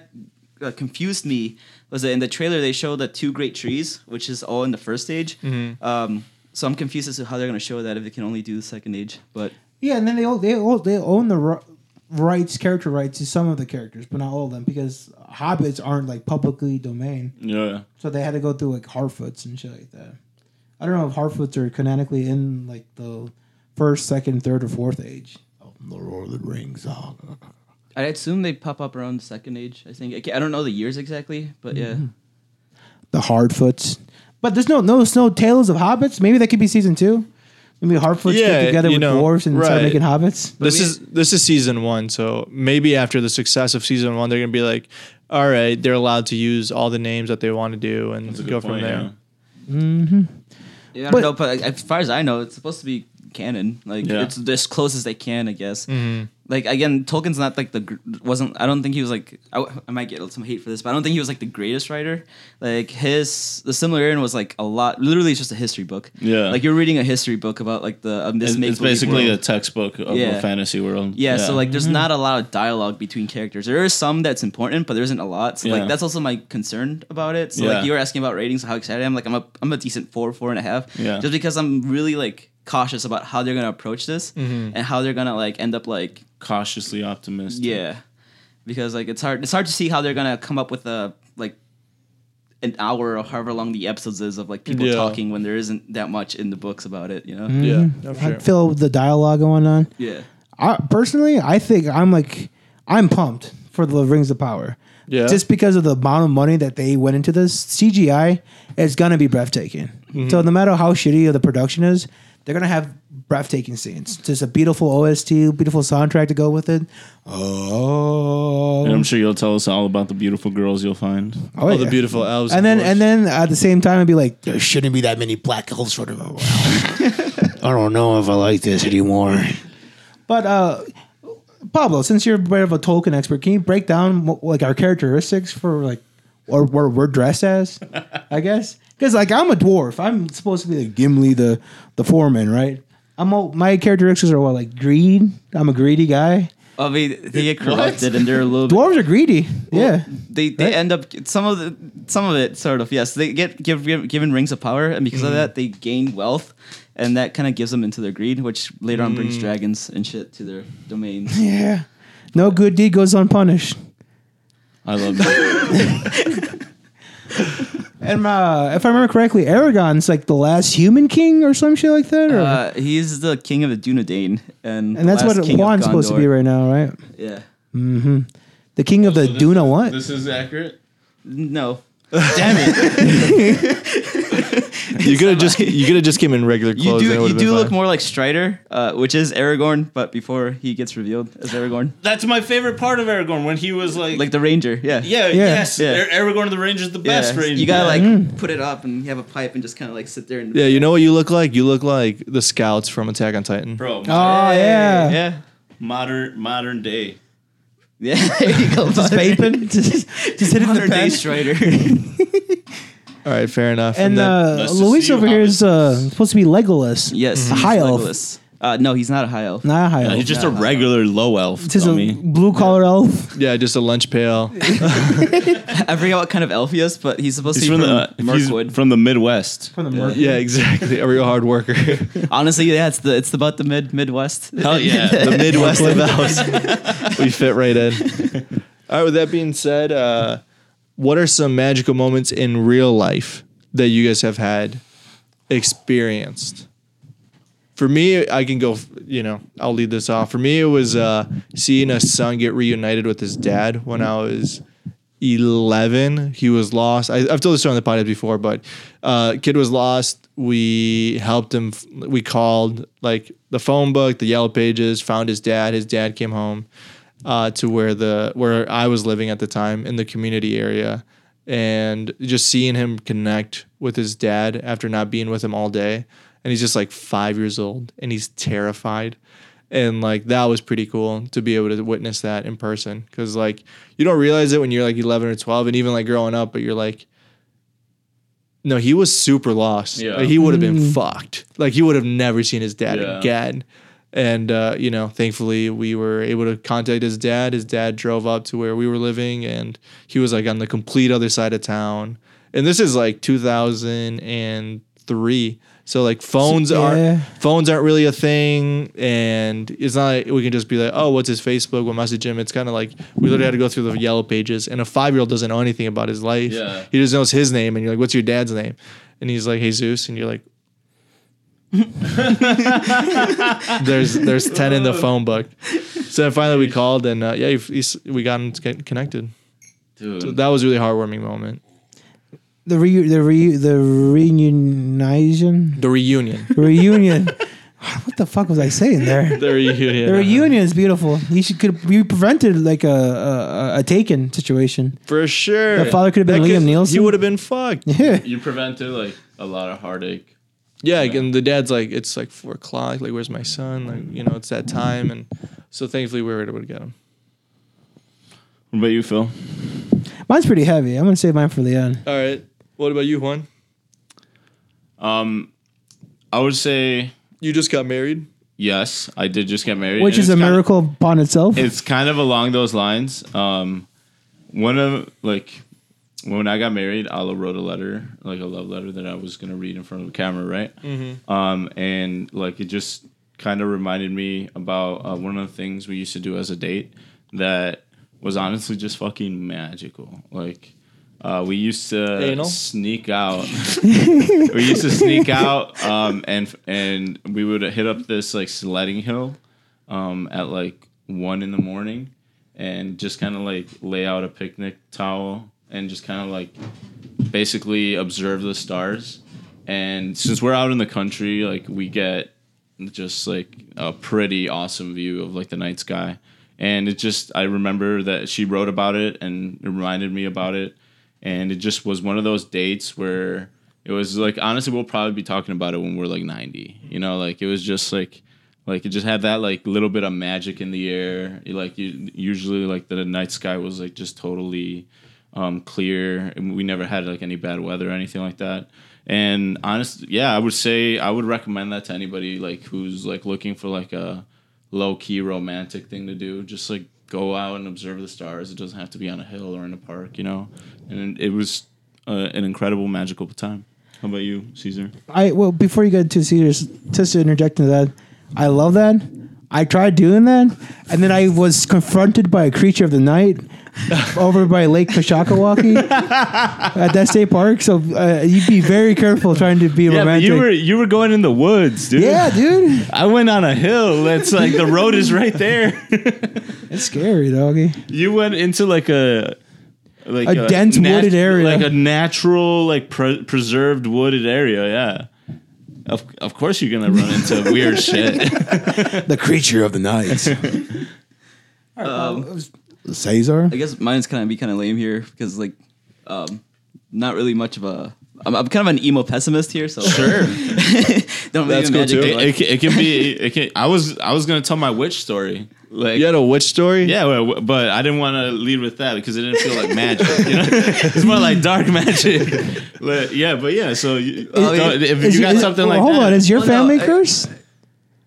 Speaker 7: uh, confused me was that in the trailer they show the two great trees, which is all in the first stage. Um, so I'm confused as to how they're going to show that if they can only do the second age. But
Speaker 6: Yeah, and then they all they all they own the ri- rights, character rights to some of the characters, but not all of them, because hobbits aren't like publicly domain,
Speaker 5: Yeah.
Speaker 6: so they had to go through like Harfoots and shit like that. I don't know if Harfoots are canonically in like the first, second, third, or fourth age.
Speaker 8: The Lord of the Rings. Oh.
Speaker 7: I assume they pop up around the second age. I think I, ca- I don't know the years exactly, but yeah,
Speaker 5: Mm-hmm.
Speaker 6: The Hardfoots, but there's no no no tales of hobbits. Maybe that could be season two. Maybe Hardfoots
Speaker 2: Yeah,
Speaker 6: get together
Speaker 2: you
Speaker 6: with
Speaker 2: know,
Speaker 6: dwarves and
Speaker 2: right.
Speaker 6: start making hobbits.
Speaker 2: this is this is season one. So maybe after the success of season one, they're gonna be like, all right, they're allowed to use all the names that they want to do and
Speaker 5: That's a good
Speaker 2: go from
Speaker 5: point,
Speaker 2: there.
Speaker 5: yeah.
Speaker 7: yeah I
Speaker 6: But-
Speaker 7: don't know. But as far as I know, it's supposed to be canon. Like
Speaker 5: Yeah. Mm-hmm.
Speaker 7: it's as close as they can, I guess. Like again, Tolkien's not like the gr- wasn't. I don't think he was like. I, w- I might get some hate for this, but I don't think he was like the greatest writer. Like his the Silmarillion was like a lot. Literally, it's just a history book.
Speaker 5: Yeah.
Speaker 7: like you're reading a history book about like the um, this
Speaker 5: It's, it's
Speaker 7: make-believe
Speaker 5: basically
Speaker 7: world.
Speaker 5: a textbook of
Speaker 7: Yeah.
Speaker 5: a fantasy world.
Speaker 7: Yeah, so like there's not a lot of dialogue between characters. There is some that's important, but there isn't a lot. So
Speaker 5: Yeah.
Speaker 7: like that's also my concern about it. So
Speaker 5: Yeah.
Speaker 7: like you were asking about ratings, how excited I am. Like I'm a I'm a decent four, four and a half.
Speaker 5: Yeah.
Speaker 7: Just because I'm really like cautious about how they're gonna approach this and how they're gonna like end up like
Speaker 5: cautiously optimistic.
Speaker 7: yeah. Because like it's hard it's hard to see how they're gonna come up with a like an hour or however long the episodes is of like people
Speaker 2: Yeah.
Speaker 7: talking when there isn't that much in the books about it, you know?
Speaker 2: Yeah, for
Speaker 6: I
Speaker 2: sure.
Speaker 6: feel the dialogue going on.
Speaker 7: Yeah.
Speaker 6: I personally, I think I'm like I'm pumped for the Rings of Power.
Speaker 2: Yeah.
Speaker 6: Just because of the amount of money that they went into this CGI, is gonna be breathtaking. So no matter how shitty the production is, they're gonna have breathtaking scenes. Just a beautiful OST, beautiful soundtrack to go with it. Oh,
Speaker 5: And I'm sure you'll tell us all about the beautiful girls you'll find.
Speaker 2: all
Speaker 6: Oh, yeah.
Speaker 2: the beautiful elves,
Speaker 6: And then and then at the same time, it'd be like
Speaker 8: There shouldn't be that many black elves running around. I don't know if I like this anymore.
Speaker 6: But uh, Pablo, since you're a bit of a Tolkien expert, can you break down wh- like our characteristics for like or what we're dressed as? I guess because like I'm a dwarf, I'm supposed to be like Gimli, the the foreman, right? I'm all, my characteristics are what like greed. I'm a greedy guy.
Speaker 7: I mean they get corrupted and they're a little bit
Speaker 6: Dwarves are greedy. yeah.
Speaker 7: they they end up some of the some of it sort of yes they get give, give, given rings of power and because of
Speaker 6: Mm-hmm.
Speaker 7: that they gain wealth and that kind of gives them into their greed which later on
Speaker 6: Mm.
Speaker 7: brings dragons and shit to their domain
Speaker 6: Yeah. No good deed goes unpunished.
Speaker 5: I love that.
Speaker 6: And uh, if I remember correctly, Aragon's like the last human king or some shit like that. Or,
Speaker 7: uh, he's the king of the Dunedain and
Speaker 6: and that's
Speaker 7: the last
Speaker 6: what
Speaker 7: king of
Speaker 6: Juan's supposed to be
Speaker 7: Gondor.
Speaker 6: right now, right?
Speaker 7: yeah
Speaker 6: The king of the Duna what?
Speaker 5: this is accurate.
Speaker 7: no
Speaker 2: you could have just you could have just came in regular
Speaker 7: you
Speaker 2: clothes. and it
Speaker 7: do you
Speaker 2: would've been
Speaker 7: do look
Speaker 2: fine.
Speaker 7: more like Strider uh, which is Aragorn but before he gets revealed as Aragorn
Speaker 5: That's my favorite part of Aragorn when he was like,
Speaker 7: like the ranger yeah
Speaker 5: yeah, yes,
Speaker 7: yeah.
Speaker 5: Ar- Aragorn the Ranger's the
Speaker 7: yeah.
Speaker 5: best ranger.
Speaker 7: you gotta like
Speaker 6: Mm.
Speaker 7: put it up and have a pipe and just kind of like sit there and
Speaker 2: Yeah, you know what you look like? You look like the scouts from Attack on Titan.
Speaker 5: bro,
Speaker 6: Oh yeah.
Speaker 7: yeah
Speaker 5: modern modern day.
Speaker 7: Yeah, there you go.
Speaker 6: just vaping, just, just hitting the
Speaker 7: Modern day
Speaker 6: pen.
Speaker 7: Strider.
Speaker 2: All right, fair enough.
Speaker 6: And
Speaker 2: then-
Speaker 6: uh,
Speaker 5: Nice to
Speaker 6: Luis
Speaker 5: see you,
Speaker 6: over here is uh, supposed to be Legolas.
Speaker 7: yes,
Speaker 6: A high elf.
Speaker 7: Legolas. Uh, no, he's not a high elf.
Speaker 6: Not a high elf.
Speaker 5: He's just a regular low elf.
Speaker 6: Just a blue collar elf.
Speaker 2: yeah, just a lunch pail.
Speaker 7: I forget what kind of elf he is, but he's supposed
Speaker 5: He's
Speaker 7: to be
Speaker 5: from
Speaker 7: from,
Speaker 5: the
Speaker 7: Mirkwood.
Speaker 5: from the Midwest.
Speaker 2: yeah, exactly. A real hard worker.
Speaker 7: Honestly, yeah, it's the it's about the mid Midwest.
Speaker 5: Hell yeah.
Speaker 2: the Midwest of elves. we fit right in. All right. With that being said, uh, what are some magical moments in real life that you guys have had experienced? For me, I can go, you know, I'll lead this off. For me, it was uh, seeing a son get reunited with his dad when I was 11. He was lost. I, I've told this story on the podcast before, but uh, kid was lost. We helped him. f- We called like the phone book, the yellow pages, found his dad. His dad came home uh, to where the where I was living at the time in the community area, and just seeing him connect with his dad after not being with him all day, and he's just like five years old and he's terrified, and like that was pretty cool to be able to witness that in person because like you don't realize it when you're like eleven or twelve and even like growing up, but you're like. No, he was super lost.
Speaker 5: Yeah.
Speaker 2: Like, he would have been fucked. Like he would have never seen his dad
Speaker 5: Yeah.
Speaker 2: again. And uh, you know, thankfully we were able to contact his dad. His dad drove up to where we were living, and he was like on the complete other side of town. And this is like 2003, so like phones
Speaker 6: Yeah.
Speaker 2: aren't phones aren't really a thing, and it's not like we can just be like, oh, what's his Facebook? We'll message him. It's kind of like we literally had to go through the yellow pages, and a five year old doesn't know anything about his life.
Speaker 5: Yeah.
Speaker 2: He just knows his name, and you're like, what's your dad's name? And he's like, Jesus, and you're like, there's there's ten in the phone book. So then finally we called and uh, yeah, he, he's, we got him to get connected.
Speaker 5: Dude.
Speaker 2: So that was a really heartwarming moment.
Speaker 6: The re the re the reunion
Speaker 2: The reunion.
Speaker 6: reunion. what the fuck was I saying there?
Speaker 2: the reunion.
Speaker 6: The reunion is beautiful. You should could you prevented like a a, a- a taken situation.
Speaker 2: for sure.
Speaker 6: That father could have been
Speaker 2: That
Speaker 6: Liam
Speaker 2: kid- He
Speaker 6: Neeson.
Speaker 2: would have been fucked.
Speaker 6: Yeah.
Speaker 5: You prevented like a lot of heartache.
Speaker 2: Yeah, and the dad's like, it's like four o'clock. Like, where's my son? Like, you know, it's that time. And so thankfully we were able to get him.
Speaker 5: What about you, Phil?
Speaker 6: Mine's pretty heavy. I'm gonna save mine for the end.
Speaker 2: All right. What about you, Juan?
Speaker 5: Um, I would say
Speaker 2: You just got married.
Speaker 5: yes. I did just get married,
Speaker 6: Which
Speaker 5: and
Speaker 6: is
Speaker 5: it's
Speaker 6: a
Speaker 5: kind of-
Speaker 6: miracle upon itself.
Speaker 5: it's kind of along those lines. Um, one of like when I got married, Ala wrote a letter, like a love letter that I was gonna read in front of the camera, right? Um, and like it just kind of reminded me about uh, one of the things we used to do as a date that was honestly just fucking magical. Like uh, we used to
Speaker 2: Anal?
Speaker 5: sneak out. we used to sneak out, um, and and we would hit up this like sledding hill um, at like one in the morning, and just kind of like lay out a picnic towel and just kind of like basically observe the stars. And since we're out in the country, like we get just like a pretty awesome view of like the night sky. And it just, I remember that she wrote about it and reminded me about it. And it just was one of those dates where it was like, honestly, we'll probably be talking about it when we're like 90. You know, like it was just like, like it just had that like little bit of magic in the air. Like you, usually, like the night sky was like just totally um, clear. And we never had like any bad weather or anything like that. And honest, yeah, I would say I would recommend that to anybody like who's like looking for like a low key romantic thing to do. Just like go out and observe the stars. It doesn't have to be on a hill or in a park, you know. And it was uh, an incredible magical time. How about you, Caesar?
Speaker 6: I well before you get into Caesars, just to interject into that, I love that. I tried doing that, and then I was confronted by a creature of the night over by Lake Peshakawaki at that state park. So uh, you'd be very careful trying to be romantic.
Speaker 5: you were going in the woods, dude.
Speaker 6: yeah, dude,
Speaker 5: I went on a hill. That's like the road is right there.
Speaker 6: it's scary, doggy.
Speaker 5: You went into like a like
Speaker 6: A dense wooded area.
Speaker 5: like a natural, like pre- preserved wooded area. Yeah, of of course you're gonna run into weird shit.
Speaker 8: The creature of the night.
Speaker 7: Um,
Speaker 8: Caesar?
Speaker 7: I guess mine's kind of be kind of lame here because like, um, not really much of a. I'm, I'm kind of an emo pessimist here, so sure. don't
Speaker 2: That's cool,
Speaker 7: really magic.
Speaker 2: too.
Speaker 5: It, it, can, it can be. It can. I was I was gonna tell my witch story. Like
Speaker 2: You had a witch story?
Speaker 5: yeah, well, but I didn't want to lead with that because it didn't feel like magic. You know? it's more like dark magic. Like, yeah, but yeah. So you,
Speaker 7: yeah.
Speaker 5: if
Speaker 6: Is
Speaker 5: you got
Speaker 6: it-
Speaker 5: something
Speaker 6: well,
Speaker 5: like
Speaker 6: hold
Speaker 5: that,
Speaker 6: on, is your
Speaker 7: Well, no,
Speaker 6: family
Speaker 7: I-
Speaker 6: curse?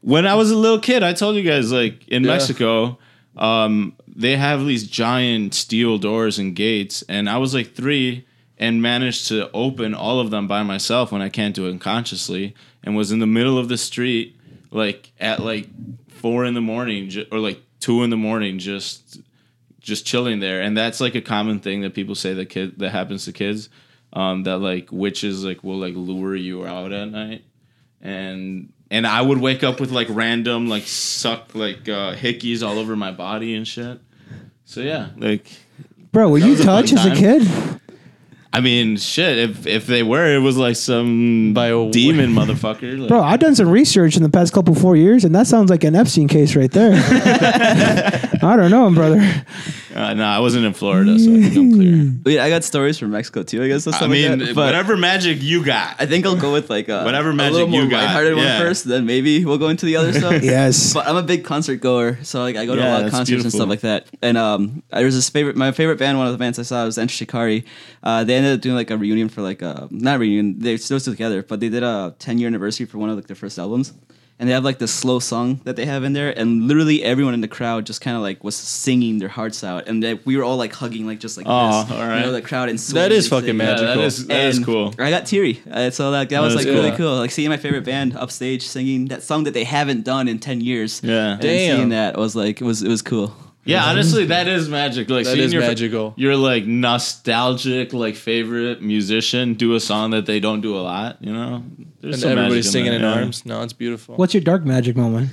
Speaker 5: when I was a little kid, I told you guys like in Mexico, um, they have these giant steel doors and gates, and I was like three and managed to open all of them by myself when I can't do it consciously, and was in the middle of the street like at like four in the morning ju- or like two in the morning just just chilling there and that's like a common thing that people say that kid that happens to kids um, that like witches like will like lure you out at night, and and I would wake up with like random like suck like uh, hickeys all over my body and shit. So yeah, like
Speaker 6: Bro, were you
Speaker 5: was a fun
Speaker 6: touched as a
Speaker 5: time.
Speaker 6: kid?
Speaker 5: I mean, shit. If if they were, it was like some
Speaker 2: By a-
Speaker 5: demon motherfucker. Like,
Speaker 6: Bro, I've done some research in the past couple four years, and that sounds like an Epstein case right there. I don't know, brother.
Speaker 5: uh, no, I wasn't in Florida, so I think I'm clear.
Speaker 7: Wait, I got stories from Mexico too. I guess. Or
Speaker 5: I
Speaker 7: something like
Speaker 5: mean,
Speaker 7: that, but
Speaker 5: whatever magic you got.
Speaker 7: I think I'll go with like a,
Speaker 5: Whatever
Speaker 7: a
Speaker 5: magic
Speaker 7: little more
Speaker 5: you got,
Speaker 7: lighthearted
Speaker 5: yeah.
Speaker 7: one first, then maybe we'll go into the other stuff.
Speaker 6: Yes.
Speaker 7: But I'm a big concert goer, so like I go to
Speaker 5: Yeah,
Speaker 7: a lot of
Speaker 5: that's
Speaker 7: concerts and
Speaker 5: beautiful.
Speaker 7: stuff like that. And um, I was this favorite, my favorite band, one of the bands I saw was Enter Shikari. Uh, they ended up doing like a reunion for like a not reunion, they're still still together, but they did a 10 year anniversary for one of like their first albums. And they have like this slow song that they have in there, and literally everyone in the crowd just kind of like was singing their hearts out, and they, we were all like hugging, like just like
Speaker 5: Aw,
Speaker 7: this,
Speaker 5: all
Speaker 7: you
Speaker 5: right.
Speaker 7: know, the crowd and swaying
Speaker 2: That is
Speaker 7: and
Speaker 2: fucking
Speaker 7: singing.
Speaker 2: magical.
Speaker 5: Yeah, that is that is
Speaker 7: And
Speaker 5: cool.
Speaker 7: I got teary. Uh, So like that was
Speaker 5: That's
Speaker 7: like really
Speaker 2: cool.
Speaker 7: cool. Like seeing my favorite band upstage singing that song that they haven't done in ten years.
Speaker 5: Yeah.
Speaker 7: and
Speaker 2: Damn.
Speaker 7: seeing that was like it was it was cool.
Speaker 5: Yeah, honestly, that is magic. Like
Speaker 2: That
Speaker 5: seeing
Speaker 2: is
Speaker 5: your,
Speaker 2: magical.
Speaker 5: Your like nostalgic, like favorite musician do a song that they don't do a lot. You know, There's
Speaker 2: and
Speaker 5: some magic
Speaker 2: everybody's
Speaker 5: in
Speaker 2: singing
Speaker 5: that,
Speaker 2: in
Speaker 5: yeah.
Speaker 2: arms. No, it's beautiful.
Speaker 6: What's your dark magic moment?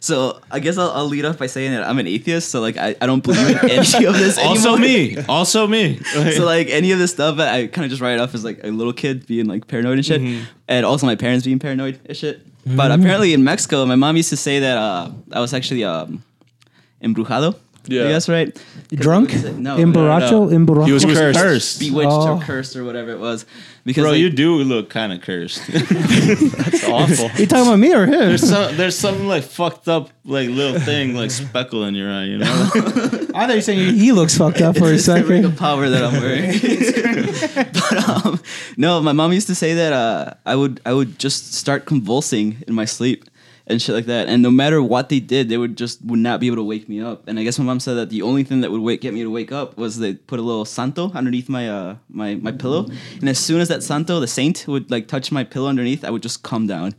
Speaker 7: So I guess I'll, I'll lead off by saying that I'm an atheist. So like I, I don't believe in any of this.
Speaker 5: Also
Speaker 7: anymore.
Speaker 5: me. Also me.
Speaker 7: so like any of this stuff, I kind of just write it off as like a little kid being like paranoid and shit,
Speaker 5: Mm-hmm.
Speaker 7: and also my parents being paranoid and shit. But apparently in Mexico, my mom used to say that uh, I was actually um, embrujado.
Speaker 2: Yeah.
Speaker 7: I guess right.
Speaker 6: Drunk?
Speaker 7: No,
Speaker 6: Emborracho? Emborracho?
Speaker 2: He was
Speaker 5: He was
Speaker 2: cursed.
Speaker 5: cursed.
Speaker 7: bewitched
Speaker 6: Oh.
Speaker 7: or cursed or whatever it was. Because
Speaker 5: Bro,
Speaker 7: like,
Speaker 5: you do look kind of cursed.
Speaker 2: It's awful.
Speaker 6: You talking about me or him?
Speaker 5: there's some, there's some like fucked up like little thing like speckle in your eye. You know,
Speaker 9: I thought you were saying you-
Speaker 6: He looks fucked up for a
Speaker 7: it's the ring
Speaker 6: second.
Speaker 7: of power that I'm wearing. but um, no, my mom used to say that uh, I would I would just start convulsing in my sleep and shit like that. And no matter what they did, they would just would not be able to wake me up. And I guess my mom said that the only thing that would wake get me to wake up was they put a little santo underneath my uh my my pillow. And as soon as that santo, the saint, would like touch my pillow underneath, I would just calm down.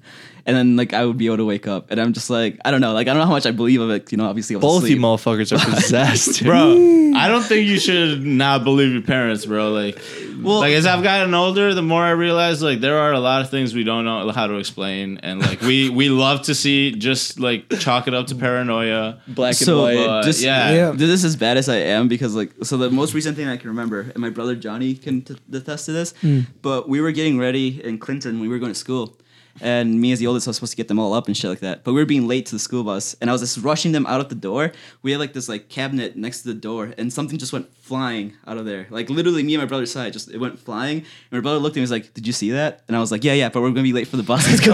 Speaker 7: And then like I would be able to wake up, and I'm just like I don't know, like I don't know how much I believe of it. You know, obviously I was
Speaker 2: Both you
Speaker 7: asleep.
Speaker 2: motherfuckers are possessed, dude.
Speaker 5: bro. I don't think you should not believe your parents, bro. Like, like as I've gotten older, the more I realize like there are a lot of things we don't know how to explain, and like we we love to see just like chalk it up to paranoia.
Speaker 2: Black
Speaker 7: so,
Speaker 2: and white.
Speaker 5: uh,
Speaker 7: just-
Speaker 5: yeah.
Speaker 6: yeah.
Speaker 7: This is as bad as I am because like so the most recent thing I can remember, and my brother Johnny can t- attest to this.
Speaker 2: Hmm.
Speaker 7: But we were getting ready in Clinton. We were going to school, and me as the oldest, I was supposed to get them all up and shit like that. But we were being late to the school bus, and I was just rushing them out of the door. We had like this like cabinet next to the door, and something just went flying out of there. Like literally, me and my brother saw it. Just it went flying, and my brother looked at me and was like, "Did you see that?" And I was like, "Yeah, yeah." But we're gonna be late for the bus. Let's go.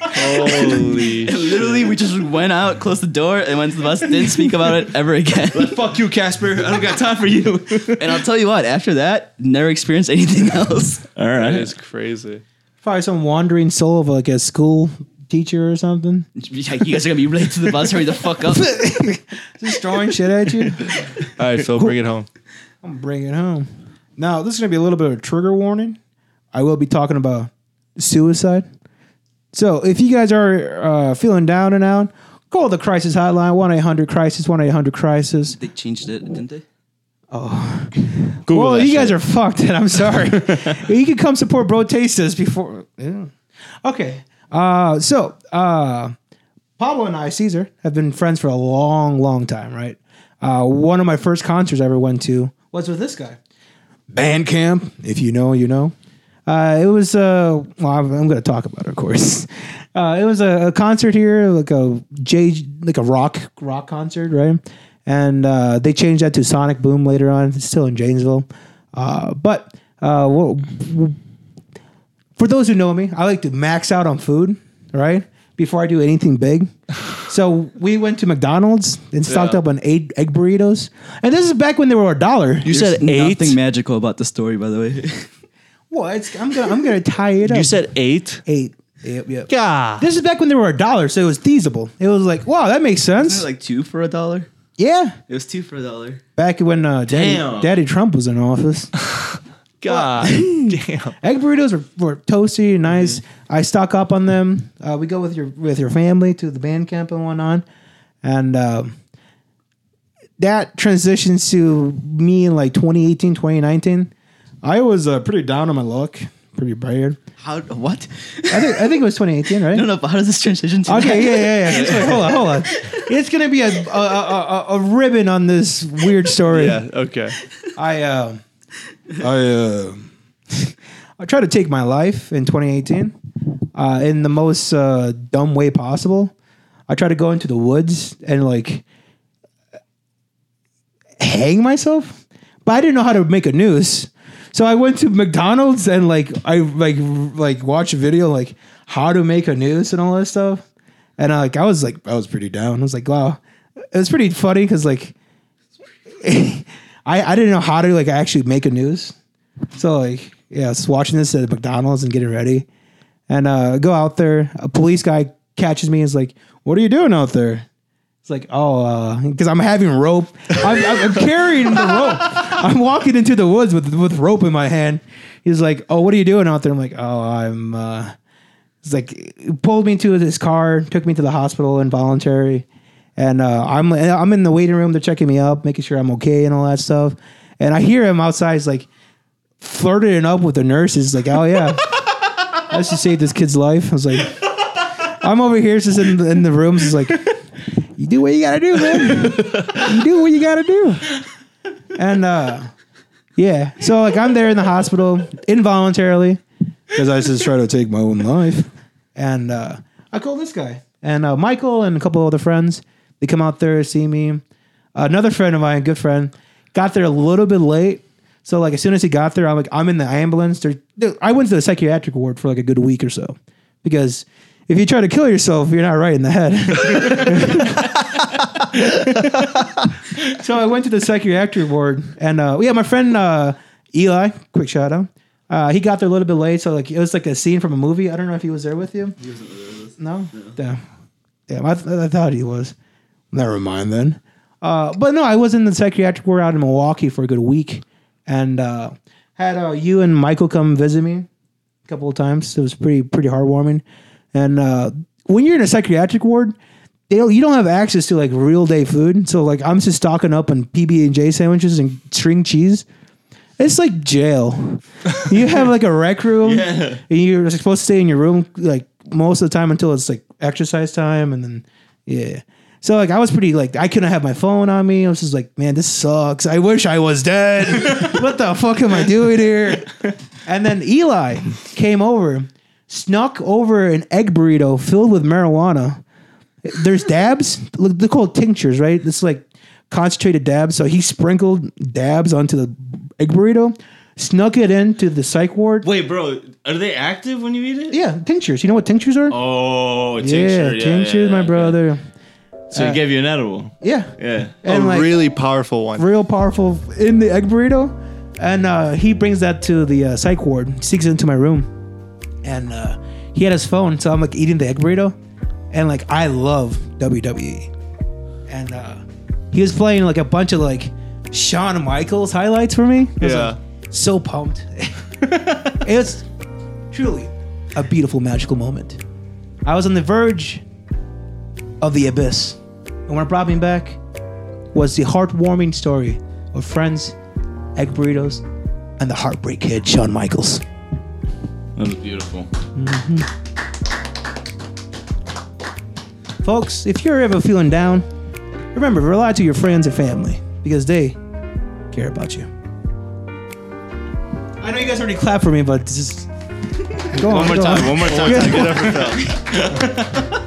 Speaker 2: Holy
Speaker 7: And literally, we just went out, closed the door, and went to the bus. Didn't speak about it ever again.
Speaker 5: Fuck you, Casper. I don't got time for you.
Speaker 7: And I'll tell you what, after that, never experienced anything else.
Speaker 5: All
Speaker 2: That
Speaker 5: right.
Speaker 2: is crazy.
Speaker 6: Probably some wandering soul of like a school teacher or something.
Speaker 7: Like, you guys are gonna be late to the bus. Hurry the fuck up.
Speaker 6: Just throwing shit at you.
Speaker 2: All right, Phil, bring it home.
Speaker 6: I'm bringing it home. Now, this is going to be a little bit of a trigger warning. I will be talking about suicide. So, if you guys are uh, feeling down and out, call the crisis hotline 1 800 Crisis, 1 800 Crisis.
Speaker 7: They changed it, didn't they?
Speaker 5: Google
Speaker 6: well,
Speaker 5: that
Speaker 6: you guys
Speaker 5: shit.
Speaker 6: are fucked, and I'm sorry. you can come support Bro Tastes before. Yeah. Okay. Uh, so, uh, Pablo and I, Caesar, have been friends for a long, long time, right? Uh, one of my first concerts I ever went to was with this guy. Bandcamp, if you know, you know. Uh, it was, uh, well, I'm, I'm going to talk about it, of course. Uh, it was a, a concert here, like a J, like a rock rock concert, right? And uh, they changed that to Sonic Boom later on. It's still in Janesville, uh, but uh, wha- for those who know me, I like to max out on food, right? Before I do anything big. so we went to McDonald's and stocked up on eight egg burritos. And this is back when they were a dollar.
Speaker 2: You said eight.
Speaker 7: Nothing magical about the story, by the way.
Speaker 6: Well, it's, I'm gonna I'm gonna tie it up.
Speaker 2: You said eight.
Speaker 6: eight. Yep, yep.
Speaker 2: God.
Speaker 6: This is back when they were a dollar, so it was feasible. It was like, wow, that makes sense.
Speaker 7: like two for a dollar.
Speaker 6: yeah,
Speaker 7: It was two for a dollar.
Speaker 6: back when uh, Daddy,
Speaker 5: Damn.
Speaker 6: Daddy Trump was in office.
Speaker 2: God. Damn. Mm-hmm.
Speaker 6: Egg burritos were, were toasty and nice. I stock up on them. Uh, we go with your with your family to the band camp and whatnot, and uh, um, that transitions to me in like 2018, 2019. I was uh, pretty down on my luck, pretty bad.
Speaker 7: How? What?
Speaker 6: I think, I think it was 2018, right?
Speaker 7: No, no. But how does this transition to?
Speaker 6: Okay,
Speaker 7: that?
Speaker 6: yeah, yeah, yeah. Wait, hold on, hold on. It's gonna be a a, a, a, a ribbon on this weird story.
Speaker 2: Yeah. Okay.
Speaker 6: I um, I um, I tried to take my life in 2018, uh, in the most uh, dumb way possible. I tried to go into the woods and like hang myself, but I didn't know how to make a noose. So I went to McDonald's and like I like like watched a video like how to make a noose and all that stuff. And I, like I was like I was pretty down. I was like wow, it was pretty funny because like I I didn't know how to like actually make a noose. So like yeah, I was watching this at McDonald's and getting ready, and uh, I go out there. A police guy catches me and is like, "What are you doing out there?" It's like, oh, because I'm having rope. I'm, I'm I'm carrying the rope. I'm walking into the woods with with rope in my hand. He's like, oh, what are you doing out there? I'm like, oh, I'm. Uh, it's like he pulled me into his car, took me to the hospital involuntary, and uh, I'm I'm in the waiting room. They're checking me up, making sure I'm okay and all that stuff. And I hear him outside. He's like flirting up with the nurses. Like, oh yeah, I just saved this kid's life. I was like, I'm over here just in the, in the rooms. It's like, you do what you gotta do, man. you do what you gotta do. And uh, yeah, so like I'm there in the hospital involuntarily because I just try to take my own life. And uh, I call this guy and uh, Michael and a couple other friends. They come out there see me. Another friend of mine, good friend, got there a little bit late. So like as soon as he got there, I'm like I'm in the ambulance. They're, they- I went to the psychiatric ward for like a good week or so because if you try to kill yourself, you're not right in the head. so I went to the psychiatric ward, and uh, yeah, my friend uh, Eli, quick shout out. Uh, he got there a little bit late, so like it was like a scene from a movie. I don't know if he was there with you. He wasn't there with us. No, damn, damn. I, th- I thought he was. Never mind then. Uh, but no, I was in the psychiatric ward out in Milwaukee for a good week, and uh, had uh, you and Michael come visit me a couple of times. It was pretty pretty heartwarming. And uh, when you're in a psychiatric ward, they don't, you don't have access to like real day food. So like I'm just stocking up on PB and J sandwiches and string cheese. It's like jail. You have like a rec room, and you're supposed to stay in your room like most of the time until it's like exercise time, and then yeah. So like I was pretty like I couldn't have my phone on me. I was just like, man, this sucks. I wish I was dead. what the fuck am I doing here? And then Eli came over, snuck over an egg burrito filled with marijuana. There's dabs. Look, they're called tinctures, right? It's like concentrated dabs. So he sprinkled dabs onto the egg burrito, snuck it into the psych ward.
Speaker 5: Wait, bro, are they active when you eat it?
Speaker 6: Yeah, tinctures. You know what tinctures are?
Speaker 5: Oh,
Speaker 6: yeah,
Speaker 5: tincture. Yeah,
Speaker 6: tinctures,
Speaker 5: yeah,
Speaker 6: my
Speaker 5: yeah.
Speaker 6: brother.
Speaker 5: So he gave you an edible.
Speaker 6: Yeah,
Speaker 5: Yeah.
Speaker 6: and
Speaker 2: a
Speaker 6: like
Speaker 2: really powerful one.
Speaker 6: real powerful in the egg burrito, and uh, he brings that to the uh, psych ward, sneaks into my room, and uh, he had his phone. So I'm like eating the egg burrito, and like I love WWE, and uh, he was playing like a bunch of like Shawn Michaels highlights for me. I was,
Speaker 2: yeah.
Speaker 6: like, so pumped. it's truly a beautiful, magical moment. I was on the verge of the abyss, and what brought me back was the heartwarming story of friends, egg burritos, and the heartbreak kid, Shawn Michaels.
Speaker 5: That was beautiful.
Speaker 6: Folks, if you're ever feeling down, remember rely to your friends and family because they care about you. I know you guys already clapped for me, but this is. Go on,
Speaker 5: One more
Speaker 6: go on.
Speaker 5: time. One more time.
Speaker 2: Get up and down.